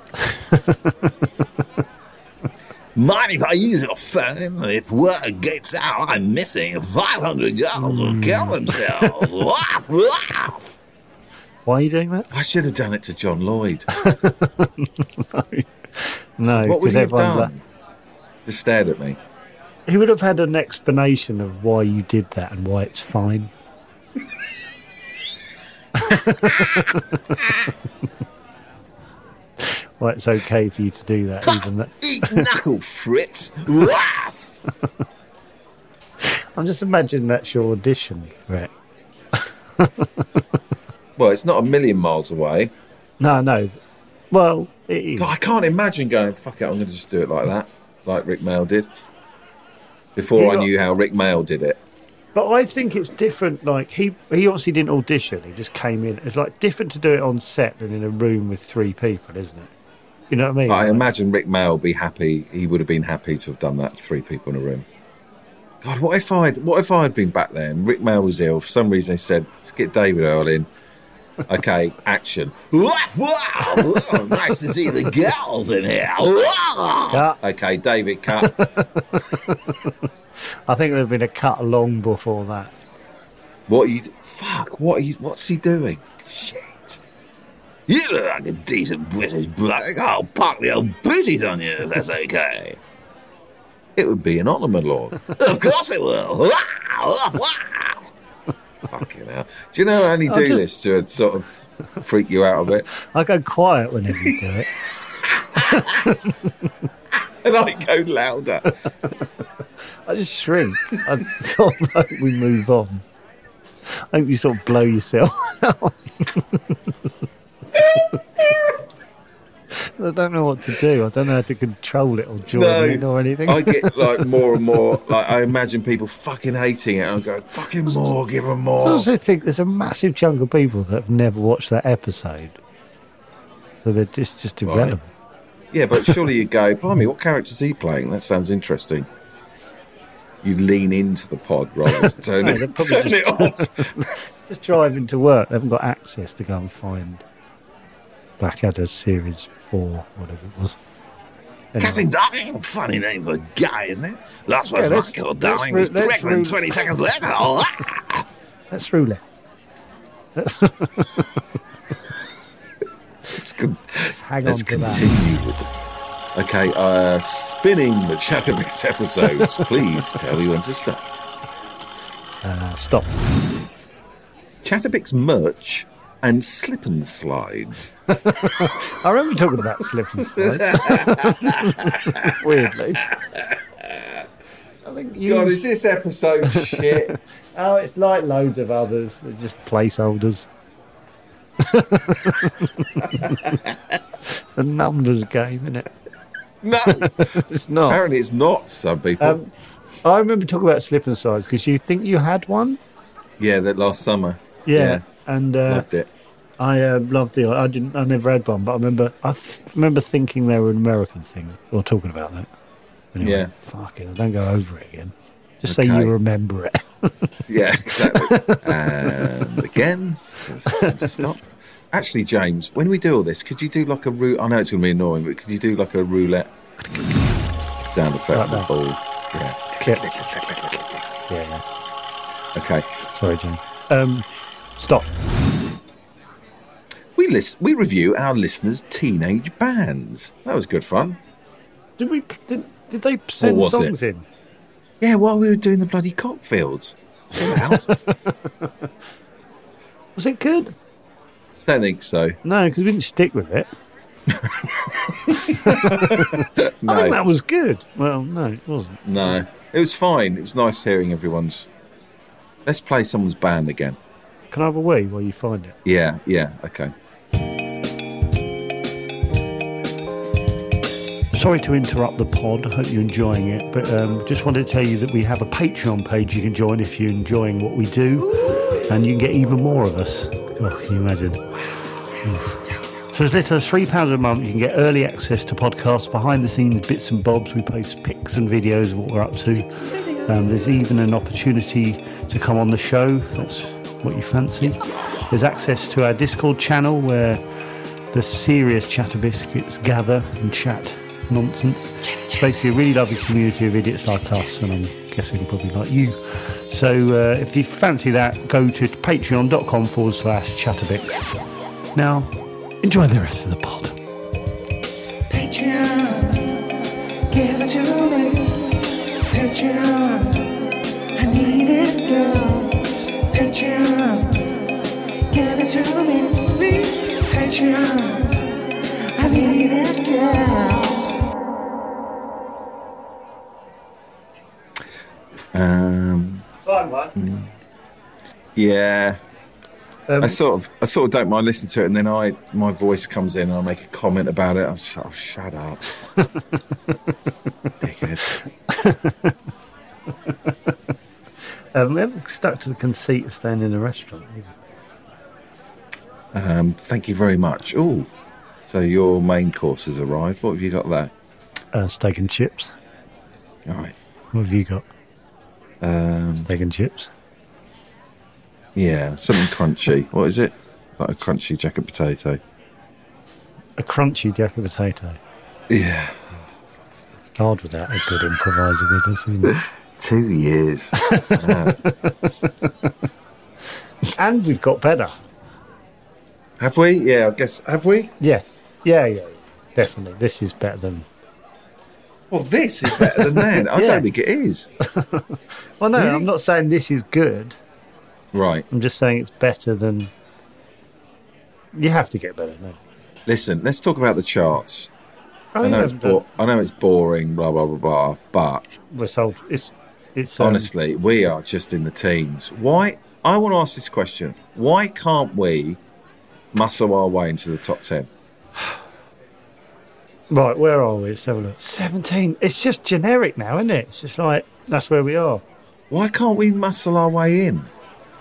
Mind if I use your phone? If word gets out, I'm missing 500 girls Hmm. will kill [LAUGHS] themselves. laugh, laugh. Why are you doing that? I should have done it to John Lloyd. [LAUGHS] No, What would because he have everyone done? Just stared at me. he would have had an explanation of why you did that and why it's fine. [LAUGHS] why it's okay for you to do that, even that. Eat knuckle, [LAUGHS] Fritz. Laugh. I'm just imagining that's your audition, Rick. Well, it's not a million miles away. No, no. Well, it is. God, I can't imagine going, fuck it, I'm going to just do it like that, like Rick Mail did. Before You I got- knew how Rick Mail did it. But I think it's different. Like he, he obviously didn't audition. He just came in. It's like different to do it on set than in a room with three people, isn't it? You know what I mean? But I Like, imagine Rick Mail would be happy. He would have been happy to have done that. Three people in a room. God, what if I'd what if I'd been back there and Rick Mail was ill for some reason? He said, "Let's get David Earl in." Okay, [LAUGHS] action. Laugh, laugh. Oh, nice to see the girls in here. Laugh. Okay, David, cut. I think there'd been a cut long before that. What are you? Fuck. What are you? What's he doing? Shit. You look like a decent British bloke. I'll park the old booties on you if that's okay. It would be an honour, my [LAUGHS] lord. of course it will. Wow, wow. Fucking hell. Do you know I only I'll do just- this to sort of freak you out a bit? [LAUGHS] I go quiet whenever you do it. And I go louder. I just shrink. I sort of hope we move on. I hope you sort of blow yourself out. I don't know what to do. I don't know how to control it or join in or anything. I get like more [LAUGHS] and more. Like I imagine people fucking hating it. I'm going fucking more, give them I more. also think there's a massive chunk of people that have never watched that episode, so they're just just irrelevant. Yeah, but surely you go, blimey, what character's he playing? That sounds interesting. You lean into the pod [LAUGHS] rather than turn, No, they're it, probably turn [LAUGHS] it off. Just driving to work, they haven't got access to go and find Blackadder Series Four, whatever it was. Anyway. Captain Darling, funny name for a guy, isn't it? Last Yeah, was that's- Michael that's Darling ru- was that's pregnant ru- 20 [LAUGHS] seconds later. Oh, Ah! That's roulette. Hang Let's on to that. continue with it. Okay, uh, spinning the Chatterbox [LAUGHS] episodes. Please tell me when to stop. Uh, stop. Chatterbix merch and slip and slides. I remember talking about slip and slides. Weirdly. I think you- God, is this [LAUGHS] episode shit? Oh, it's like loads of others. They're just placeholders. it's a numbers game, isn't it? No, it's not. Apparently, it's not. Some people. Oh. Um, I remember talking about slip and slides because you think you had one. yeah, that last summer. and uh, loved it. I uh, loved the. I didn't. I never had one, but I remember. I th- remember thinking they were an American thing or talking about that. Anyway, Yeah. Fucking, don't go over it again. Just say Okay. you remember it. [LAUGHS] Yeah, [LAUGHS] exactly. and again, just- just stop. Actually, James, when we do all this, could you do like a roulette? I know it's going to be annoying, but could you do like a roulette sound effect Like on the that. ball? Yeah. Click. yeah. Okay. Sorry, Jim. Um, stop. We list. We review our listeners' teenage bands. That was good fun. Did we? Did, did they send was songs in? Yeah, while we were doing the bloody Copfields. Was it good? Don't think [LAUGHS] so. No, because we didn't stick with it. I No. think that was good. Well, no, it wasn't. No, it was fine. It was nice hearing everyone's. Let's play someone's band again. Can I have a wee while you find it? Yeah, yeah, okay. Sorry to interrupt the pod. Hope you're enjoying it. But um, just wanted to tell you that we have a Patreon page you can join if you're enjoying what we do, and you can get even more of us. Oh, can you imagine? Oof. So as little as three pounds a month, you can get early access to podcasts, behind-the-scenes bits and bobs. We post pics and videos of what we're up to. Um, there's even an opportunity to come on the show. If that's what you fancy. There's access to our Discord channel where the serious chatter biscuits gather and chat nonsense. It's basically a really lovely community of idiots like us, and I'm guessing probably like you. So uh, if you fancy that, go to patreon.com forward slash chatterbix. Now, enjoy the rest of the pod. Patreon, give it to me. Patreon, I need it, girl. Patreon, give it to me. Please. Patreon, I need it, girl. Um, Fine one. yeah, I sort of, I sort of don't mind listening to it, and then I, my voice comes in, and I make a comment about it. I'm just, like, oh, shut up, dickhead. Um, we haven't stuck to the conceit of staying in a restaurant. Um, thank you very much. Oh, so your main course has arrived. What have you got there? Uh, steak and chips. All right. What have you got? Um, steak and chips. Yeah, something crunchy. what is it? Like a crunchy jacket potato. A crunchy jacket potato. Yeah. Hard without a good improviser with us, isn't it? Two years. Wow. [LAUGHS] and we've got better. Have we? Yeah, I guess. Have we? Yeah, yeah, yeah. Definitely, this is better than Well, this is better [LAUGHS] than that. I Yeah. don't think it is. Well, no, Really? I'm not saying this is good. Right. I'm just saying it's better than. You have to get better. No. Listen, let's talk about the charts. Oh, I know yeah, it's but- bo- I know it's boring, blah blah blah blah. But We're sold. It's it's um, honestly, we are just in the teens. Why? I want to ask this question. Why can't we muscle our way into the top ten? Right, where are we? Let's have a look. 17. It's just generic now, isn't it? It's just like, that's where we are. Why can't we muscle our way in?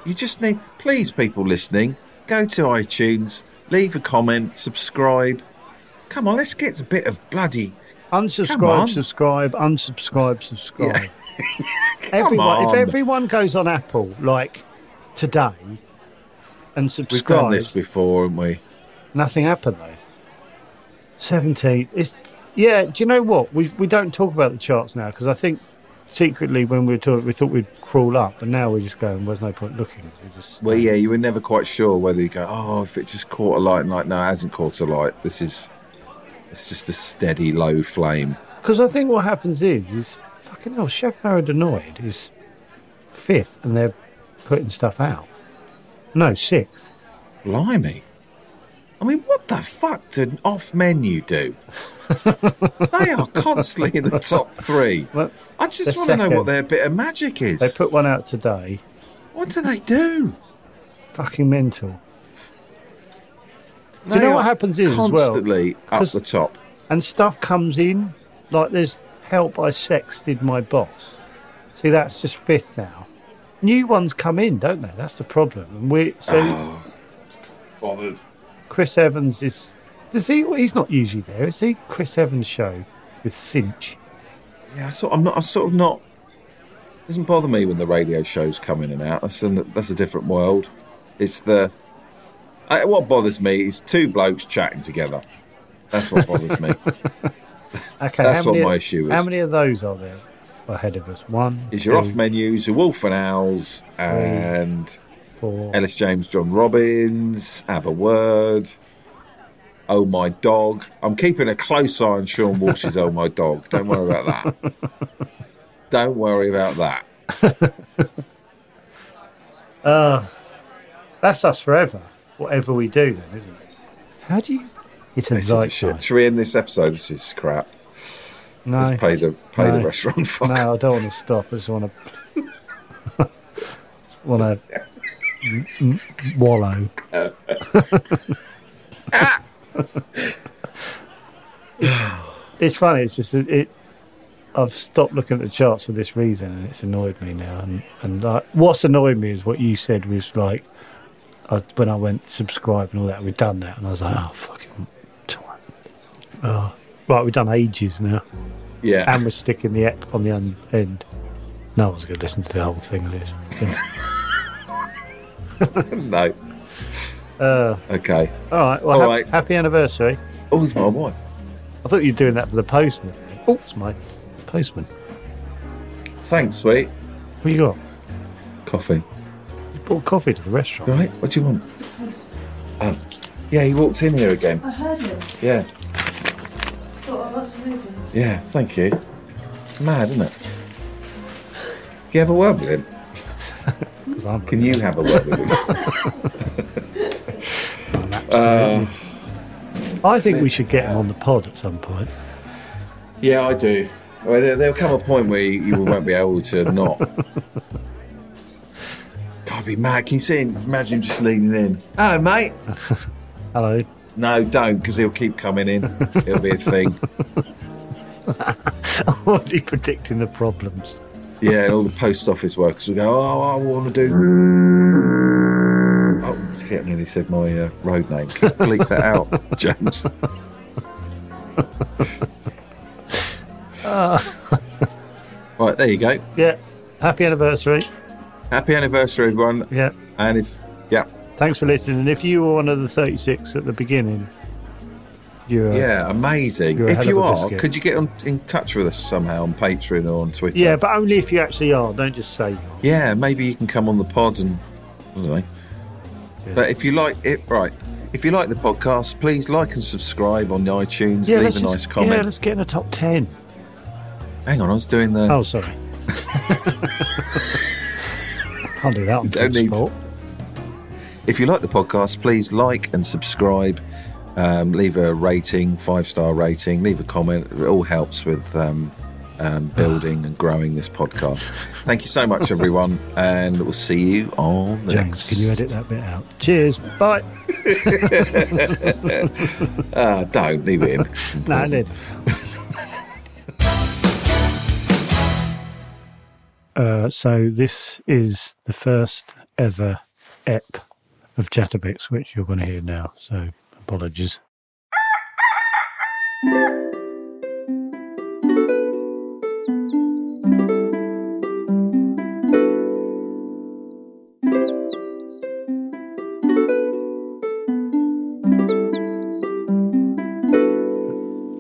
You just need, please, people listening, go to iTunes, leave a comment, subscribe. Come on, let's get a bit of bloody. Come Unsubscribe, on. subscribe, unsubscribe, subscribe. everyone, [LAUGHS] Come If on. everyone goes on Apple, like today, and We've done this subscribes, before, haven't we? nothing happened, though. 17. It's, yeah, do you know what? We, we don't talk about the charts now because I think secretly when we were talking, we thought we'd crawl up, and now we're just going, there's no point looking. We just, Well, yeah, you were never quite sure whether you go, oh, if it just caught a light, and like, no, it hasn't caught a light. This is, it's just a steady low flame. Because I think what happens is, is fucking hell, Chef Marinoid is fifth, and they're putting stuff out. No, sixth. Blimey. I mean, what the fuck did off [LAUGHS] menu do? they are constantly in the top three. I just they're want to know second. what their bit of magic is. They put one out today. What do they do? Fucking mental. Do They you know are what happens is as well? constantly up 'Cause- the top. And stuff comes in, like there's help I sexted my boss. See, that's just fifth now. New ones come in, don't they? That's the problem. And we so Bothered. Chris Evans is. Does he? He's not usually there, is he? Chris Evans show with Cinch. Yeah, I sort, I'm not. I'm sort of not. It doesn't bother me when the radio shows come in and out. That's a, that's a different world. It's the. I, what bothers me is two blokes chatting together. That's what bothers me. Okay, That's how what many- my issue is. How many of those are there ahead of us? One, Is your two, off menus, your Wolf and Owls, and four. Ellis James, John Robbins, Have a Word, Oh My Dog. I'm keeping a close eye on Sean Walsh's Oh My Dog. Don't worry about that. Don't worry about that. Uh, that's us forever. Whatever we do, then, isn't it? How do you? It's a This is zeitgeist. shit. Should we end this episode? This is crap. No. Let's pay the pay the No. restaurant [LAUGHS] fuck. No, I don't want to stop. I just [LAUGHS] want to want to wallow. it's funny. It's just that it. I've stopped looking at the charts for this reason, and it's annoyed me now. And and uh, what's annoyed me is what you said was like, I, when I went subscribe and all that, we'd done that, and I was like, oh fucking, twat. oh. right, we've done ages now. Yeah. And we're sticking the ep on the un- end. No one's going to listen to the whole thing of this. [LAUGHS] [LAUGHS] no. uh, Okay. all right. Well, All hap- right. happy anniversary. Oh, it's my wife. I thought you were doing that for the postman. Oh, it's my postman. Thanks, sweet. What you got? Coffee. You bought coffee to the restaurant. Right? What do you want? Oh. Yeah, he walked in here again. I heard him. Yeah. Thought I must move him. Yeah, thank you. Mad, isn't it? Can you have a word with him? 'Cause I'm Can you have a word with him? uh, I think we should get him on the pod at some point. yeah, I do. Well, there, there'll come a point where you, you won't be able to not. God, I'd be mad. Can you see him? Imagine him just leaning in. Hello, mate. Hello. No, don't, because he'll keep coming in. It'll be a thing. I'm already predicting the problems. Yeah, and all the post office workers will go, oh, I want to do. Oh, shit, I nearly said my uh, road name. Can you bleep that out, James. Right, there you go. yeah. Happy anniversary. Happy anniversary, everyone. Yeah. And if, yeah, Thanks for listening. And if you were one of the 36 at the beginning, you're a- yeah, amazing. You're a If hell you of a are, biscuit. could you get on, in touch with us somehow on Patreon or on Twitter? yeah, but only if you actually are. Don't just say. Yeah, maybe you can come on the pod and I don't know. But if you like it, right? If you like the podcast, please like and subscribe on iTunes. leave a nice just- comment. Yeah, let's get in the top ten. Hang on, I was doing the. Oh, sorry. [LAUGHS] Can't do that on Don't need- Talksport. If you like the podcast, please like and subscribe. Um, leave a rating, five star rating. Leave a comment. It all helps with um, um, building and growing this podcast. Thank you so [LAUGHS] much, everyone, and we'll see you on the James, can you edit that bit out? Cheers. Bye. next. Ah, don't leave it in. [LAUGHS] no, I did. uh, so this is the first ever ep of Chatterbits, which you're going to hear now. So apologies.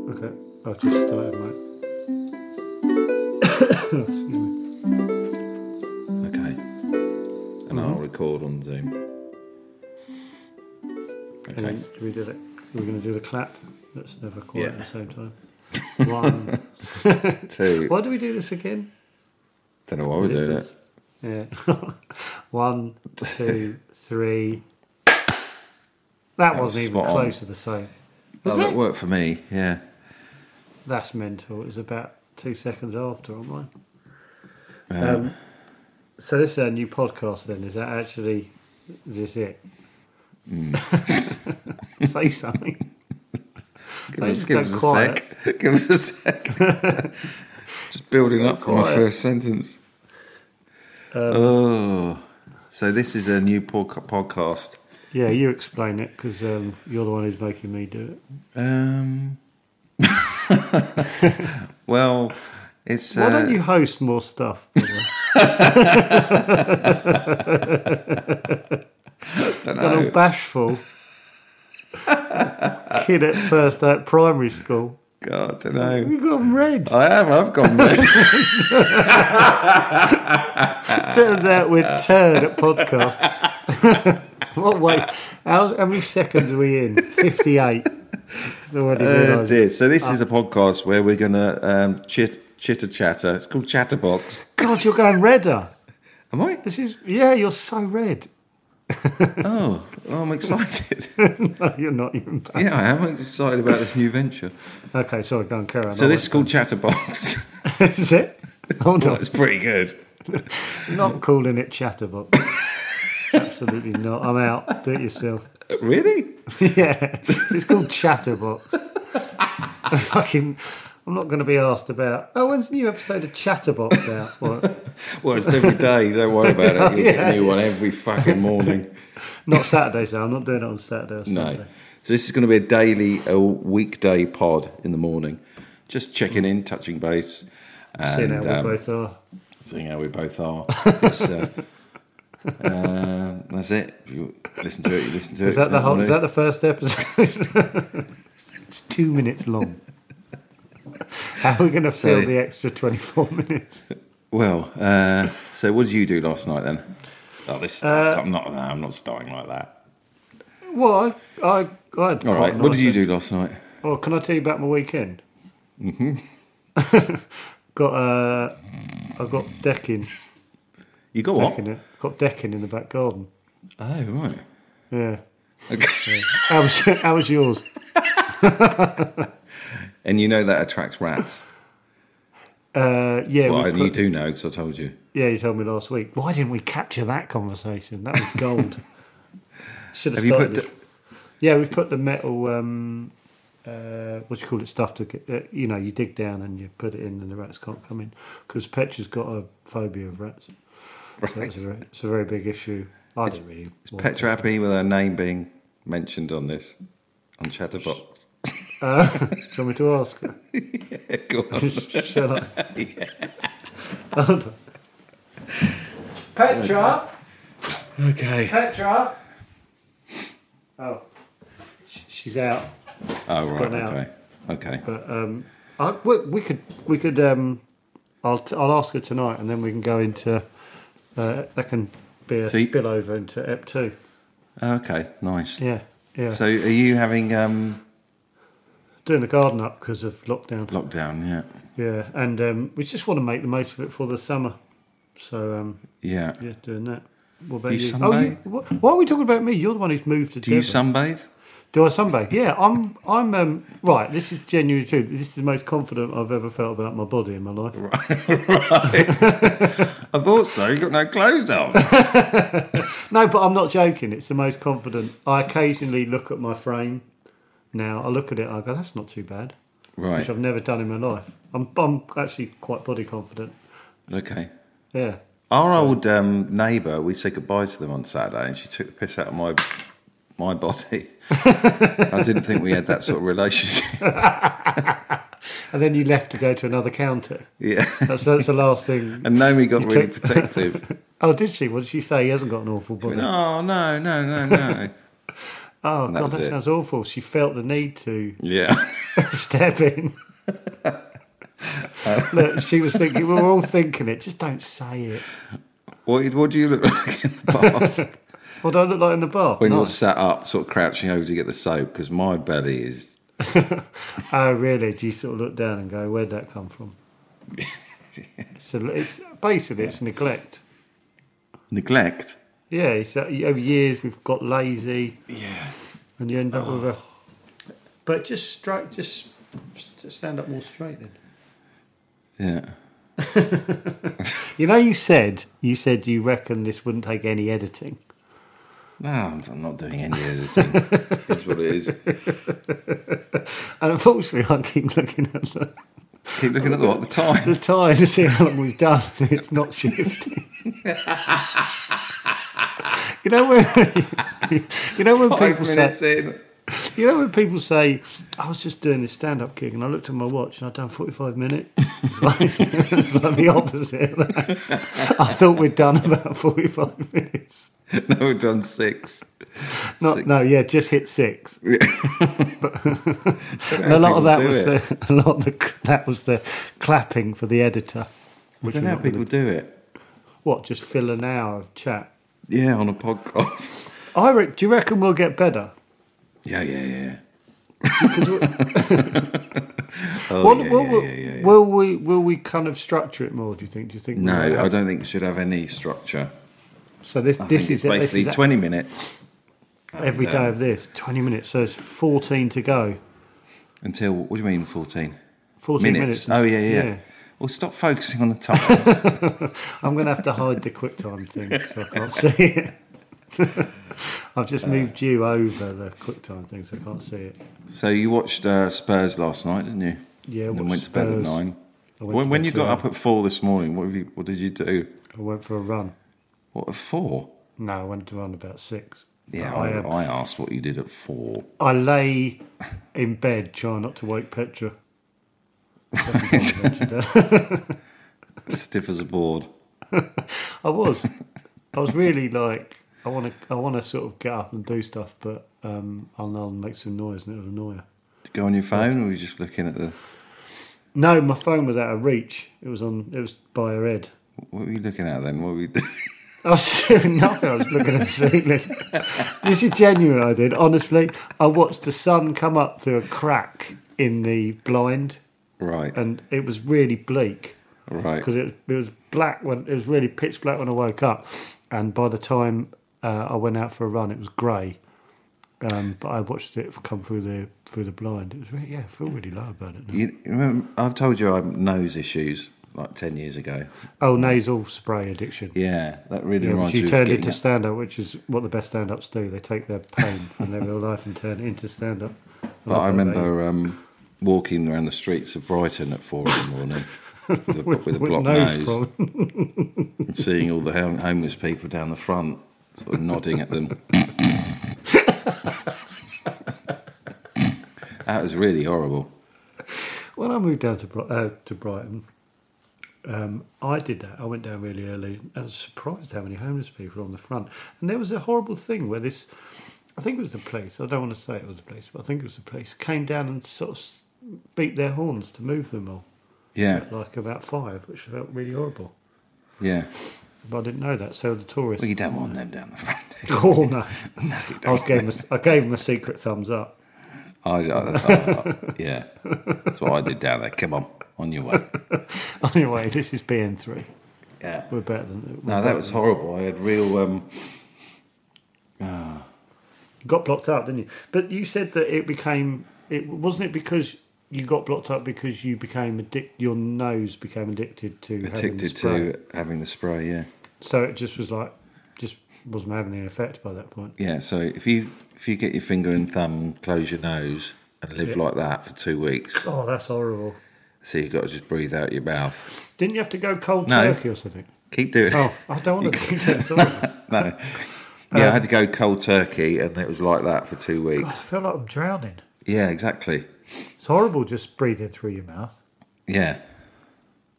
Okay, I've just started my. Excuse me. Okay. And I'll record on Zoom. And Okay. then do we do it? We're going to do the clap. That's never quite at Yeah. the same time. One, [LAUGHS] Two. Why do we do this again? Don't know why we're doing it. Yeah. [LAUGHS] One, two, three. That, That was wasn't even spot on. close to the same. Oh, Was that it? worked for me. Yeah. [LAUGHS] That's mental. It was about two seconds after on mine. Yeah. Um, so this is our new podcast then. Is that actually is this it? Hmm. [LAUGHS] Say something. [LAUGHS] Give They us, just give go us a quiet. sec. Give us a sec. [LAUGHS] just building up for my quiet. first sentence. oh, so this is a new podca- podcast. Yeah, you explain it because um, you're the one who's making me do it. Um. [LAUGHS] well, it's. Why uh, don't you host more stuff? brother? [LAUGHS] [LAUGHS] Dunno. Got all bashful. Kid at first day at primary school. God, I don't know. You've gone red. I have. I've gone red. [LAUGHS] Turns out we're turd at podcasts. what way? How, how many seconds are we [LAUGHS] in? 58. Already Oh realised. dear. So this Ah. is a podcast where we're gonna um, chit chitter chatter. It's called Chatterbox. God, you're going redder. Am I? This is yeah. You're so red. [LAUGHS] Oh, well, I'm excited. [LAUGHS] no, you're not even. Bad. Yeah, I am excited about this new venture. Okay, sorry. Go on, carry on. So I this is called Chatterbox. won't- [LAUGHS] is it. Hold well, on. it's pretty good. Not calling [LAUGHS] it chatterbox. Absolutely not. I'm out. Do it yourself. Really? yeah. It's called chatterbox. [LAUGHS] Fucking. I'm not going to be asked about. Oh, when's the new episode of Chatterbox out? What? Well, it's every day. Don't worry about it. You'll Yeah. get a new one every fucking morning. Not Saturdays though. I'm not doing it on Saturday or Sunday. No. So this is going to be a daily, a weekday pod in the morning. Just checking in, touching base, and Seeing how we um, both are. seeing how we both are. It's, uh, uh, that's it. If you listen to it. You listen to it. Is that the Don't whole? Is worry. that the first episode? [LAUGHS] it's two minutes long. How are we going to fill So- the extra 24 minutes? Well, uh, so what did you do last night then? Oh, this. Uh, I'm not. No, I'm not starting like that. Well, I, I, I had All quite right. a what nice did you do last night? Well, can I tell you about my weekend? hmm [LAUGHS] Got uh, I got decking. You got what? Decking, it- got decking in the back garden. Oh, right. Yeah. Okay. How was, how was yours? [LAUGHS] And you know that attracts rats. Uh, yeah. well, we and you do know because I told you. Yeah, you told me last week. Why didn't we capture that conversation? That was [LAUGHS] gold. Should have Have you started. put with- yeah, we've put the metal. Um, uh, what do you call it? Stuff to get. Uh, you know, you dig down and you put it in, and the rats can't come in because Petra's got a phobia of rats. So it's, a very, it's a very big issue. I don't really. Is want Petra happy with her name being mentioned on this on Chatterbox? Uh, do you want me to ask? yeah, [LAUGHS] go [LAUGHS] on. Shall [LAUGHS] I? Yeah. Hold on. Petra! Okay. Petra! Oh, Sh- she's out. Oh She's right. gone out. Okay. Okay. But um, I, we, we could we could um, I'll t- I'll ask her tonight, and then we can go into uh, that can be a So you- spillover into Ep two. Okay. Nice. Yeah, yeah. So are you having um, doing the garden up because of lockdown. Lockdown, yeah. Yeah, and um, we just want to make the most of it for the summer. So um, Yeah. yeah, doing that. What about You you? sunbathe? Oh, you, wh- why are we talking about me? You're the one who's moved to. Do you Devon. sunbathe? Do I sunbathe? Yeah, I'm. I'm um, right. This is genuine truth. This is the most confident I've ever felt about my body in my life. I thought so. You've got no clothes [LAUGHS] on. no, but I'm not joking. It's the most confident. I occasionally look at my frame now. I look at it and I go, that's not too bad. Right. Which I've never done in my life. I'm, I'm actually quite body confident. Okay. Yeah. Our old um, neighbour, we said goodbye to them on Saturday, and she took the piss out of my my [LAUGHS] body. I didn't think we had that sort of relationship. [LAUGHS] And then you left to go to another counter. Yeah. That's, that's the last thing. And Naomi got you really took- protective. oh, did she? What did she say? He hasn't got an awful body. No, no, no, no, no. [LAUGHS] Oh, And that God, was that it. sounds awful. She felt the need to Yeah. [LAUGHS] step in. Look, she was thinking, [LAUGHS] we were all thinking it. Just don't say it. What, what do you look like in the bath? What do I look like in the bath? when you're Nice. sat up, sort of crouching over to get the soap, because my belly is. Oh, really? Do you sort of look down and go, where'd that come [LAUGHS] from? so it's basically it's neglect. Neglect? Yeah, it's, uh, over years we've got lazy. Yeah. And you end up with a. Oh. But just straight, just st- stand up more straight then. Yeah. You know, you said you said you reckon this wouldn't take any editing. No, I'm I'm not doing any [LAUGHS] editing. is what it is. And unfortunately, I keep looking at the Keep looking at the, what, the time. [LAUGHS] the time to see how long we've done. and It's not shifting. you know when [LAUGHS] you know when Five people minutes say in. [LAUGHS] you know when people say I was just doing this stand up gig and I looked at my watch and I'd done forty five minutes. [LAUGHS] It's like, it's like the opposite. of that. I thought we'd done about forty five minutes. No, we've done six. Not, Six. No, yeah, just hit six. and a how lot people of that do was it. the [LAUGHS] a lot of the, that was the clapping for the editor. I which don't we're know how not gonna people do it. What, just fill an hour of chat? Yeah, on a podcast. [LAUGHS] I re- do you reckon we'll get better? Yeah, yeah, yeah. [LAUGHS] What- Oh, yeah, what- yeah, will- yeah, yeah, yeah. Will we will we kind of structure it more? Do you think? Do you think? we'll No, have- I don't think it should have any structure. So this I this think it's is it, this basically is it. 20 minutes every day of this twenty minutes. So it's fourteen to go. until, what do you mean 14? 14 minutes. Oh, yeah, yeah, Yeah. Well, stop focusing on the time. [LAUGHS] I'm going to have to hide the quick time thing so I can't see it. [LAUGHS] Uh. I've just moved you over the quick time thing so I can't see it. so you watched uh, Spurs last night, didn't you? Yeah, I And then watched went to bed at Spurs. nine. I went when to when bed you got tonight. up at four this morning, what, have you, what did you do? I went for a run. What, at four? No, I went to run about six. Yeah, But I, I, um, I asked what you did at [LAUGHS] four. I lay in bed trying not to wake Petra. [LAUGHS] Stiff as a board. I was. I was really like, I want to. I want to sort of get up and do stuff, but um, I'll, I'll make some noise and it'll annoy her. Go on your phone, or were you just looking at the. No, my phone was out of reach. It was on. It was by her head. What were you looking at then? What were you doing? [LAUGHS] I was [LAUGHS] doing nothing. I was looking at the ceiling. This is genuine. I did honestly. I watched the sun come up through a crack in the blind, Right, and it was really bleak. right. because it, it was black when it was really pitch black when I woke up, and by the time uh, I went out for a run, it was grey. Um, but I watched it come through the through the blind. It was really, yeah, I feel really low about it. Now. You, you remember, I've told you I had nose issues like 10 years ago. Oh, nasal spray addiction. Yeah, that really Yeah, reminds which me you of turned getting into up- stand up, which is what the best stand ups do. They take their pain from their real life and turn it into stand up. eh? But I remember um, walking around the streets of Brighton at four in the [LAUGHS] morning with a, with a blocked nose, and seeing all the hom- homeless people down the front sort of nodding at them. that was really horrible. When I moved down to Bri- uh, to Brighton, um, I did that. I went down really early, and I was surprised how many homeless people were on the front. And there was a horrible thing where this, I think it was the police. I don't want to say it was the police, but I think it was the police came down and sort of s- beat their horns to move them all. Yeah, at, like about five, which felt really horrible. yeah. But I didn't know that. So the tourists. [LAUGHS] Well, you don't want them down the front. [LAUGHS] Oh no! No, you I was don't. gave him a, I gave him a secret thumbs up. [LAUGHS] I, that's- I- I- yeah, that's what I did down there. Come on, on your way. anyway, this is BN three. Yeah, we're better than. we're No, that better was than- horrible. I had real. Um, You got blocked out, didn't you? But you said that it became it wasn't it because you got blocked up because you became addict. Your nose became addicted to having the addicted spray. to having the spray. Yeah, So it just was like just wasn't having any effect by that point. yeah. So if you if you get your finger and thumb, close your nose, and live Yeah. like that for two weeks, Oh, that's horrible. so you've got to just breathe out your mouth. Didn't you have to go cold No. turkey or something? Keep doing it. Oh, I don't want to do that. Sorry. [LAUGHS] no. Yeah, I had to go cold turkey, and it was like that for two I weeks. feel like I'm drowning. Yeah, exactly. It's horrible just breathing through your mouth. Yeah.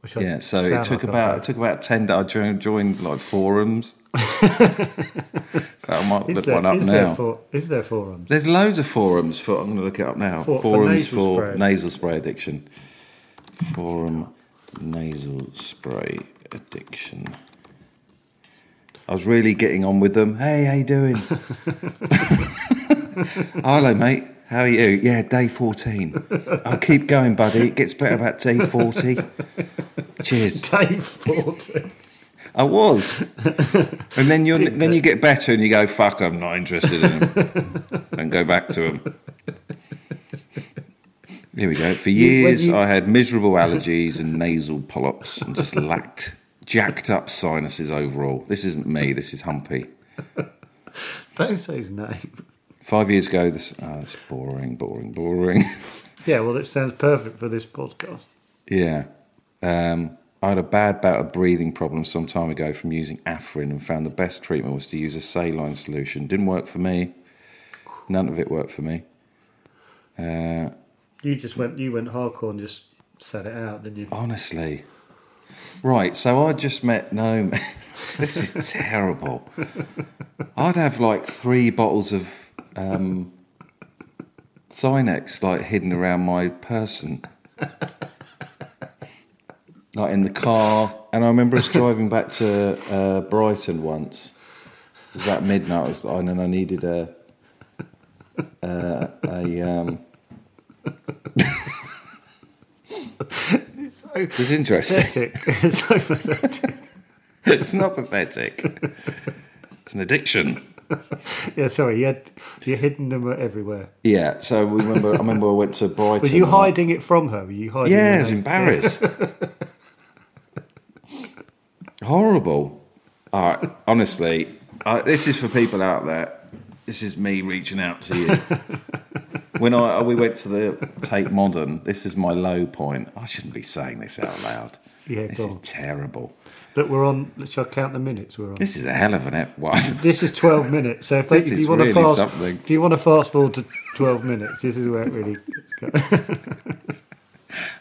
Which I Yeah, so it sound took like I about it took about ten that I joined, joined like [LAUGHS] forums. I might Is look there, one up is now. there for is there forums? There's loads of forums for. I'm going to look it up now. For- for forums nasal for spray. nasal spray addiction. Forum nasal spray addiction. I was really getting on with them. Hey, how you doing? [LAUGHS] "Oh, hello, mate. How are you? Yeah, day 14. I'll keep going, buddy. It gets better about day 40. Cheers. Day 40. I [LAUGHS] was. And then you then you get better and you go, fuck, I'm not interested in [LAUGHS] them. and go back to them. Here we go. For You- when years, you- I had miserable allergies and nasal polyps and just lacked, jacked up sinuses overall. This isn't me, this is Humpy. [LAUGHS] Don't say his name. Five years ago, this. Oh, it's boring, boring, boring. [LAUGHS] Yeah, well, it sounds perfect for this podcast. Yeah. Um, I had a bad bout of breathing problems some time ago from using Afrin and found the best treatment was to use a saline solution. Didn't work for me. None of it worked for me. Uh, You just went, you went hardcore and just said it out, didn't you? honestly. Right, so I just met no. [LAUGHS] this is terrible. I'd have like three bottles of um, Xynex like hidden around my person, like in the car. And I remember us driving back to uh, Brighton once. It was about midnight. I was, oh, and then I needed a uh, a. Um, It's is interesting. [LAUGHS] Pathetic. It's so pathetic. [LAUGHS] it's not [LAUGHS] pathetic. It's an addiction. Yeah, sorry, you had, you're hidden them everywhere. Yeah. So we remember. I remember I went to Brighton. Were you and I- hiding it from her? Were you hiding Yeah, your I was name? embarrassed. [LAUGHS] Horrible. All right. Honestly, I, this is for people out there. This is me reaching out to you. [LAUGHS] when I uh, we went to the Tate Modern, this is my low point. I shouldn't be saying this out loud. Yeah, this go is on. terrible. Look, we're on. Shall I count the minutes we're on? This is a hell of an ep [LAUGHS] one. This is twelve minutes. So if, they, This if is you want really to fast, something. if you want to fast forward to twelve minutes, this is where it really.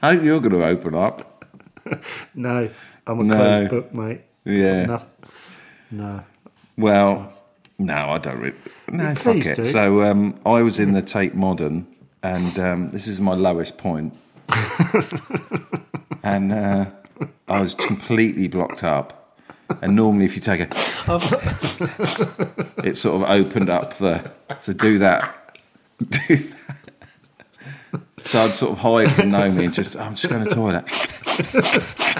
I hope you're going to open up. no, I'm a No. closed book, mate. Yeah. Enough. No. Well, no, I don't. Re- no, Yeah, fuck please it. do. So um, I was in the Tate Modern, and um, this is my lowest [LAUGHS] point. and uh, I was completely blocked up. And normally, if you [LAUGHS] take a, it sort of opened up the. So do that. [LAUGHS] Do that. So I'd sort of hide from Naomi and just, "Oh, I'm just going to the toilet.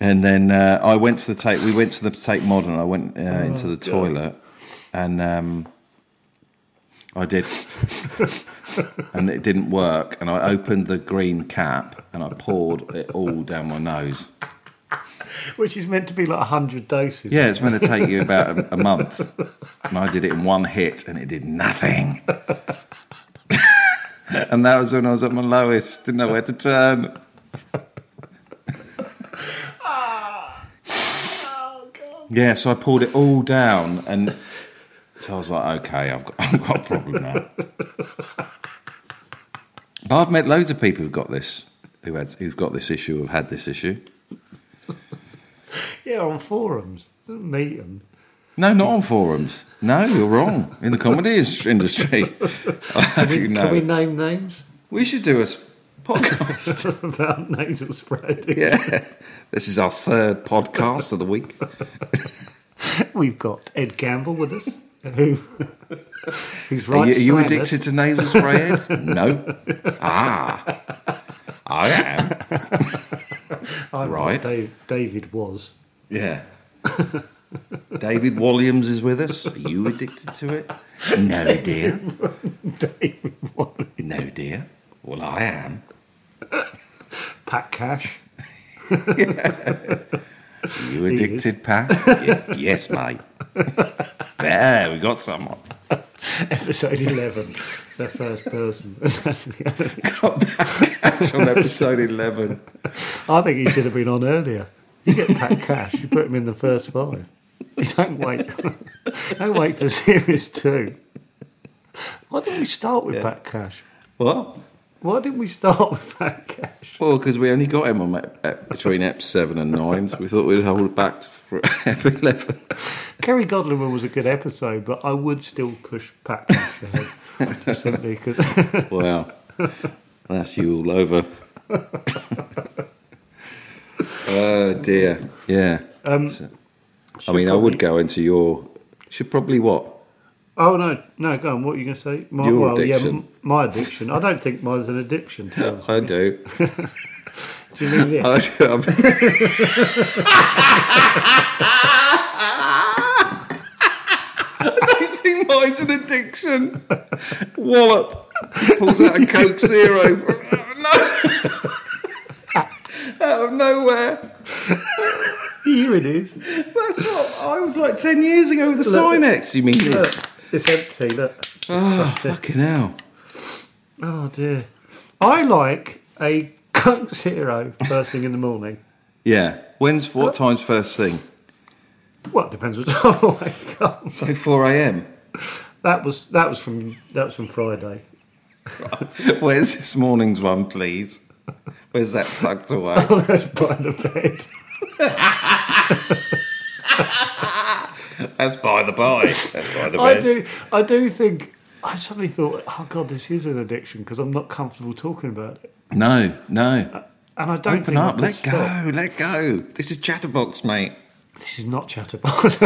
And then uh, I went to the Tate. We went to the Tate Modern. I went uh, into the God. toilet, and um, I did, and it didn't work. And I opened the green cap, and I poured it all down my nose. Which is meant to be like hundred doses. Yeah, it's going to take you about a, a month, and I did it in one hit, and it did nothing. and that was when I was at my lowest. Didn't know where to turn. Yeah, so I pulled it all down, and so I was like, okay, I've got, [LAUGHS] I've got a problem now. But I've met loads of people who've got this, who had, who've got this issue, have had this issue. Yeah, on forums. Doesn't meet them. No, not on forums. No, you're wrong. In the comedy is- industry, [LAUGHS] I'll have you know, Can we we, name names should do a s- podcast. about nasal spray? [LAUGHS] yeah, this is our third podcast of the week. We've got Ed Gamble with us. Who? Who's right? are you, are you side addicted us. to nasal spray heads? [LAUGHS] no. Ah, I am. I'm right. Dave, David was. Yeah. [LAUGHS] David Walliams is with us. Are you addicted to it? No, [LAUGHS] dear. David Walliams. No, dear. Well, I am. Pat Cash. [LAUGHS] Are you He is. addicted, [LAUGHS] Pat? Ye- yes, mate. There, we got someone. Episode 11. It's their first person. [LAUGHS] That's on episode 11. I think he should have been on earlier. You get Pat Cash, you put him in the first five. You don't wait. [LAUGHS] don't wait for series two. Why didn't we start with Yeah. Pat Cash? What? Why didn't we start with Pat Cash? Well, because we only got him on ep- ep- between ep 7 and 9, so we thought we'd hold it back for [LAUGHS] ep 11. Kerry Godlewman was a good episode, but I would still push Pat Cash ahead, just simply because. Wow. That's you all over. [LAUGHS] oh, dear. Yeah. Um, So- I mean, I would go into your. Should probably what? [LAUGHS] Oh no, no, go on. What are you going to say? My, Your well, yeah, addiction. m- my addiction. I don't think mine's an addiction. To [LAUGHS] be honest. I do. Do you mean I this? do. I'm- I think mine's an addiction. Wallop pulls out a Coke Zero from out of nowhere. you it is. That's what I was like ten years ago with the Look. Sinex. You mean this? Look, it's empty. Look. Oh, fucking hell! Oh dear. I like a Coke Zero first thing in the morning. Yeah. When's what time's first thing? Well, it depends what time I wake up. So four a.m. That was that was from that was from Friday. [LAUGHS] [LAUGHS] Where's this morning's one, please? Where's that tucked [LAUGHS] away? Oh, that's by the bed. That's by the [LAUGHS] by. That's by the I bed. do. I do think. I suddenly thought, oh god, this is an addiction because I'm not comfortable talking about it, No, no. and I don't Open think I up. could Let stop. go. Let go. This is chatterbox, mate. This is not chatterbox.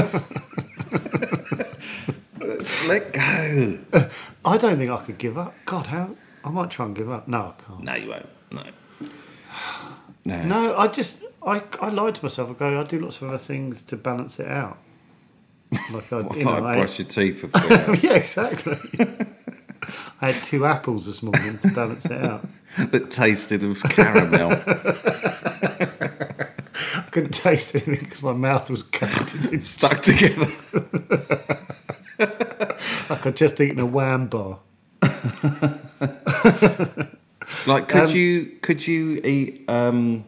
Let go. [LAUGHS] I don't think I could give up. God, how? I might try and give up. No, I can't. No, you won't. No. No. No, I just I I lied to myself. I go. I do lots of other things to balance it out. Like [LAUGHS] I, you know, Like I brush your teeth for three hours. [LAUGHS] yeah, exactly. [LAUGHS] I had two apples this morning to balance it out. [LAUGHS] that tasted of caramel. [LAUGHS] I couldn't taste anything because my mouth was [LAUGHS] coated. in- Stuck together. like I'd just eaten a wham bar. Like, Um, could you could you eat? um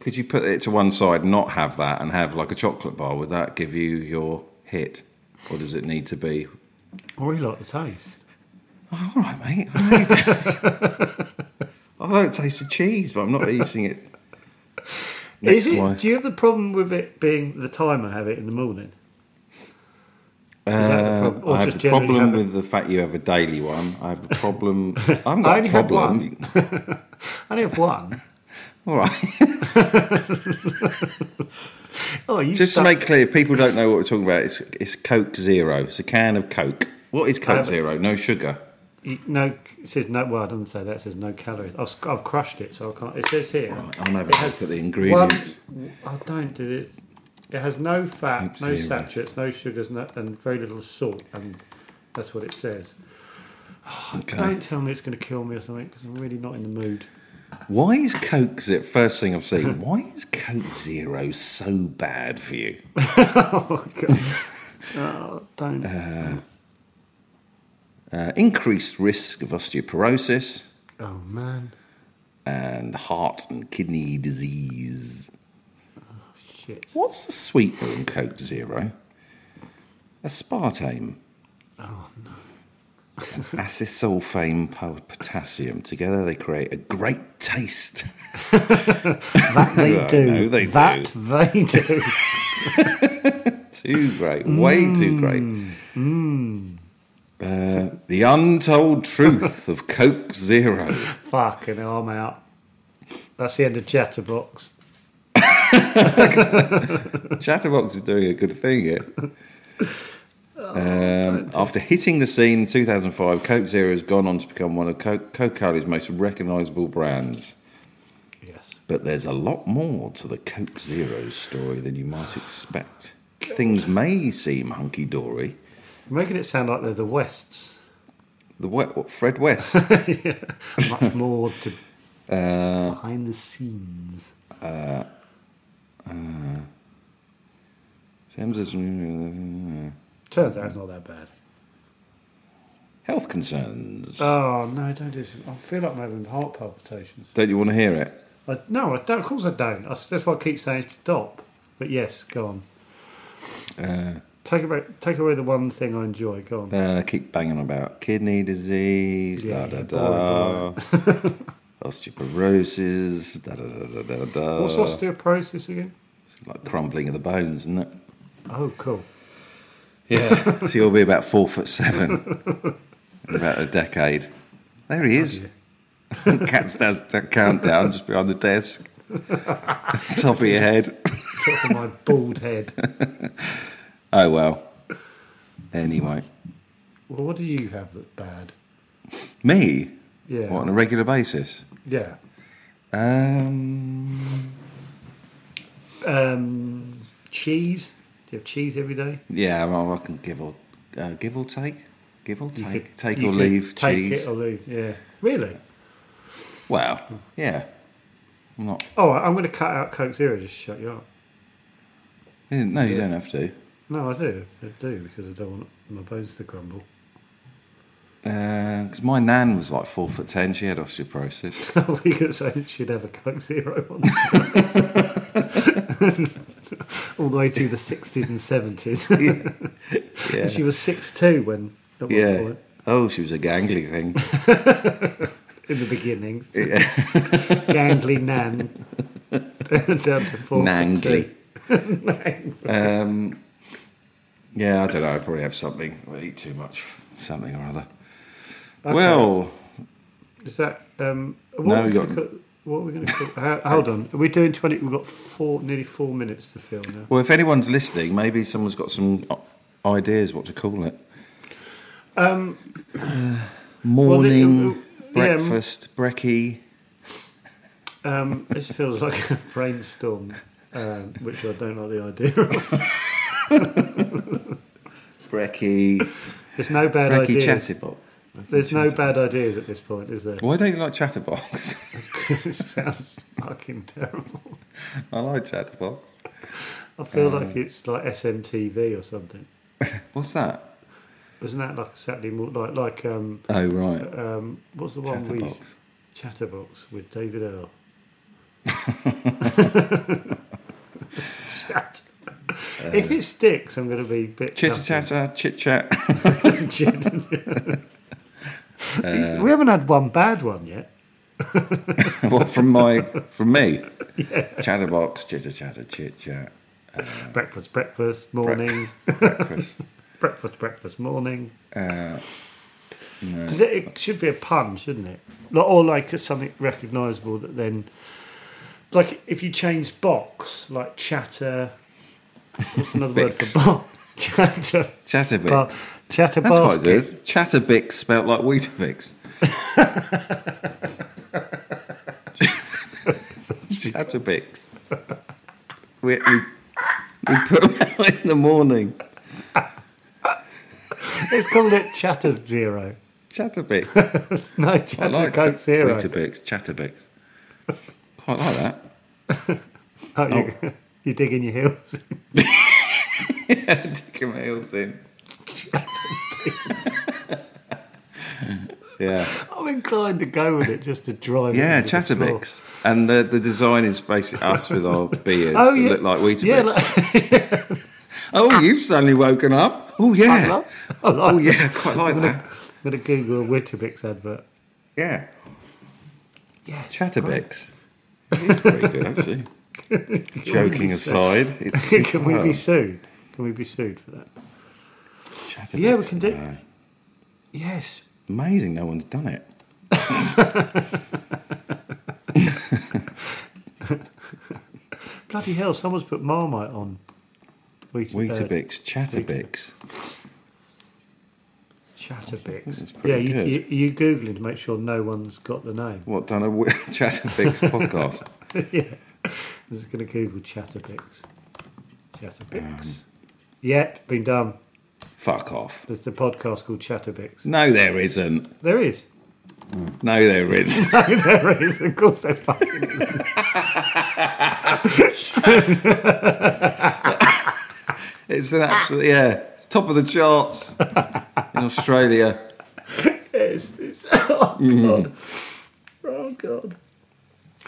Could you put it to one side, not have that, and have like a chocolate bar? Would that give you your hit, or does it need to be? I really like the taste. Oh, all right, mate. I need- I like the taste of cheese, but I'm not eating it. Next Is it? one. Do you have the problem with it being the time I have it in the morning? that the Uh, problem? Or I just have the generally problem have a- with the fact you have a daily one. I have the problem. I haven't I got only a had problem. I only have one. [LAUGHS] All right. [LAUGHS] Oh, you Just to suck. make clear, people don't know what we're talking about. It's, it's Coke Zero. It's a can of Coke. What is Coke haven't- Zero? No sugar. You- No, it says no. Well, it doesn't say that. It says no calories. I've, sc- I've crushed it, so I can't. It says here. Right, I'll have a look at the ingredients. One, I don't do it. It has no fat, Coke no Zero. saturates, no sugars, no, and very little salt. And that's what it says. Okay. Don't tell me it's going to kill me or something because I'm really not in the mood. [LAUGHS] Why is Coke Zero? First thing I've seen. Why is Coke Zero so bad for you? Oh, [LAUGHS] God. oh, don't. Uh, increased risk of osteoporosis oh, man. and heart and kidney disease. Shit. What's the sweetener in Coke Zero? Aspartame. [LAUGHS] Oh no. Acid sulfame po- potassium. Together they create a great taste. [LAUGHS] That they I do. know they that do. [LAUGHS] they do. Too great. Way too great. Uh, the untold truth of Coke Zero. Fucking hell, I'm out. That's the end of Chatterbox. Chatterbox is doing a good thing here. Um, after hitting the scene in 2005, Coke Zero has gone on to become one of Coke- Coca-Cola's most recognisable brands. Yes. But there's a lot more to the Coke Zero story than you might expect. Things may seem hunky-dory. You're making it sound like they're the Wests. [LAUGHS] The what, what Fred West. Much more to Uh, behind the scenes. uh, uh, Thames is- Turns out it's not that bad. health concerns. Oh no, don't do this. I feel like I'm having heart palpitations. Don't you want to hear it? I, no, I don't. Of course I don't. I, that's why I keep saying stop. But yes, go on. Uh, Take away, take away the one thing I enjoy. Go on. Uh, keep banging about kidney disease, Yeah, da da da, boring, [LAUGHS] osteoporosis, da da da da da da. What's osteoporosis again? It's like crumbling of the bones, isn't it? Oh, cool. Yeah. so you'll be about four foot seven in about a decade. There he is. [LAUGHS] Cat stands to countdown just behind the desk. [LAUGHS] Top of your head. [LAUGHS] Top of my bald head. Oh well. Anyway, Well, what do you have that's bad? me. Yeah. What on a regular basis? Yeah. Um. Um, cheese. Do you have cheese every day? Yeah, well, I can give or uh, give or take, give or You take, could- take you or could leave take cheese. it or leave. Yeah. Really? Well, yeah, I'm not. Oh, I'm going to cut out Coke Zero. Just shut you up. you didn't- No, you don't have to. No, I do. I do because I don't want my bones to crumble. [LAUGHS] Because Uh, my nan was like four foot ten. She had [LAUGHS] osteoporosis. we could say she'd have a Coke Zero once. [LAUGHS] All the way through the 60s and [LAUGHS] 70s. Yeah. She was 6'2 when, at one yeah. point, Oh, she was a gangly thing. in the beginning. [LAUGHS] Yeah. Gangly Nan. [LAUGHS] down to 4 foot Nangly. two. Nang- um, yeah, I don't know. I probably have something. I eat too much, something or other. Okay. Well, [LAUGHS] Is that. Um, what No, are we we going got- to cook? What are we going to [LAUGHS] cook? Ho- Hold on. Are we doing 20? We've got four, nearly four minutes to fill now. well, if anyone's listening, maybe someone's got some i- ideas what to call it. Um, [SIGHS] Morning, Well, the- yeah, breakfast, brekkie. Um, this feels like a brainstorm, um, which I don't like the idea of. Brekkie. [LAUGHS] There's no bad Brekkie ideas. Chatterbox. There's no bad ideas at this point, is there? [LAUGHS] Why don't you like Chatterbox? [LAUGHS] it sounds fucking terrible. I like Chatterbox. I feel Uh, like it's like SMTV or something. What's that? Wasn't that like a Saturday morning? Like, like um, Oh, right. Um, what's the one we Chatterbox. Chatterbox with David [LAUGHS] Earl. Chat. if it sticks, I'm going to be a bit. Chitter gutted. chatter, chit chat. [LAUGHS] [LAUGHS] Uh, He's- we haven't had one bad one yet. what from my from [LAUGHS] me? Chatterbox, chitter chatter, chit chat. breakfast, breakfast, morning. [LAUGHS] breakfast. breakfast, breakfast, morning. Uh, no. 'Cause it, it should be a pun, shouldn't it? Like, or like something recognisable that then, like if you change box, like chatter. What's another word Bix. for box? [LAUGHS] Chatter. Chatterbix. Bo- chatter That's quite basket. good. Chatterbix spelt like [LAUGHS] Weetabix. Chatterbix. We, we, we put 'em out in the morning. Let's call it chatter zero. Chatterbix. no, chatter coke Chat- zero. [LAUGHS] Weetabix, Chatterbix. Quite like that. [LAUGHS] Oh, You, you're digging your heels. [LAUGHS] yeah, digging my heels [LAUGHS] in. yeah. I'm inclined to go with it just to drive. it Yeah, into the floor. Chatterbix. And the, the design is basically us with [LAUGHS] our beards Oh, that yeah. look like Weetabix. Yeah, [LAUGHS] like, Oh, you've suddenly woken up. Oh, yeah. Ah. I love, I like oh, yeah, I quite like I'm that. Gonna, I'm gonna Google a Weetabix advert. Yeah. Yeah, Chatterbix. It's pretty good, [LAUGHS] actually. Joking aside, it's can we be superb. sued? Can we be sued for that? Chatterbix, yeah, we can do. no. Uh, Yes, Amazing, no one's done it. bloody hell! Someone's put Marmite on Wheat- Weetabix, Chatterbix. Chatterbix. This is yeah, pretty you, good. you, you googling to make sure no one's got the name. What done [LAUGHS] a Wee- Chatterbix podcast? yeah, I'm just going to Google Chatterbix. Chatterbix. Yep, been done. Fuck off. There's the podcast called Chatterbix. No, there isn't. There is. [LAUGHS] No, there is. no, there is. Of course, there fucking [LAUGHS] it's an absolute yeah. It's top of the charts in Australia. is. It's, [LAUGHS] oh, Mhm. oh, God.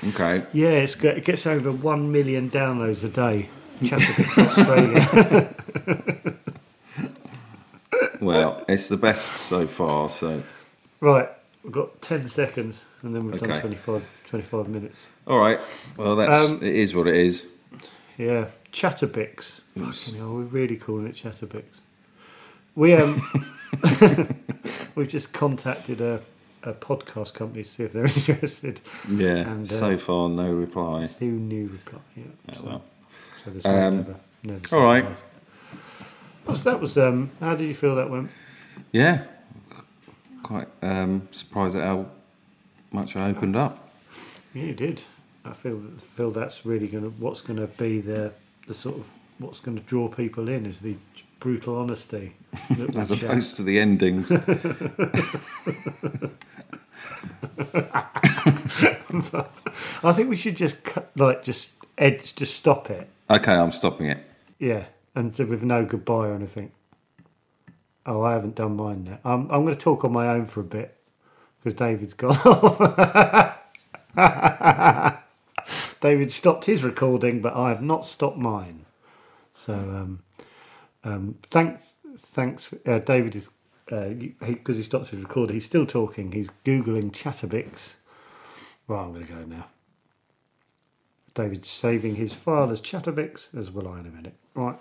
Okay. Yeah, it's good. it gets over 1 million downloads a day. Chatterbix [LAUGHS] Australia. Well, it's the best so far. So, right, we've got 10 seconds and then we've done Okay. 25, 25 minutes. all right. Well, that's Um, it is what it is. Yeah, Chatterbix. Fucking hell, we're really calling it Chatterbix. We um, [LAUGHS] we've just contacted a, a podcast company to see if they're [LAUGHS] interested. Yeah. and, uh, so far, no reply. still new reply. Yeah, Oh, so, well. so there's Um, no, never, never all right. surprise. What's that was um? How did you feel that went? Yeah. Quite um, surprised at how much I opened up. Yeah, you did. I feel feel that's really going to what's going to be the the sort of what's going to draw people in is the brutal honesty [LAUGHS] that we As share. opposed to the endings. [LAUGHS] I think we should just cut, like just Ed, just stop it. Okay, I'm stopping it. Yeah, and so with no goodbye or anything. Oh, I haven't done mine now. I'm I'm going to talk on my own for a bit because David's gone. [LAUGHS] David stopped his recording, but I have not stopped mine. So um, um, thanks, thanks. Uh, David is because he, 'cause he stops his recording. He's still talking. He's googling Chatterbix. Well, I'm going to go now. David's saving his file as Chatterbix, as will I in a minute. Right.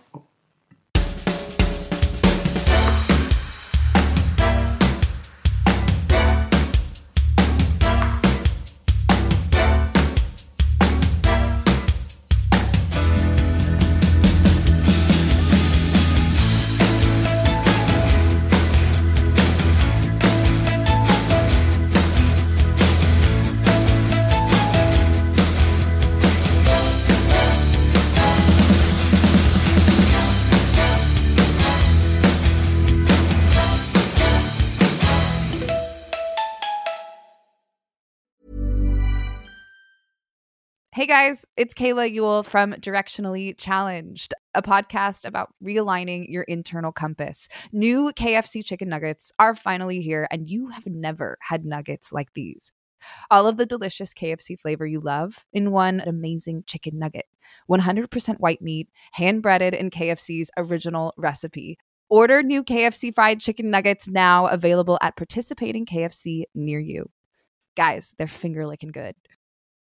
Hey guys, it's Kayla Yule from Directionally Challenged, a podcast about realigning your internal compass. New KFC chicken nuggets are finally here, and you have never had nuggets like these. All of the delicious KFC flavor you love in one amazing chicken nugget. 100% white meat, hand breaded in KFC's original recipe. Order new KFC fried chicken nuggets now, available at participating KFC near you. Guys, they're finger licking good.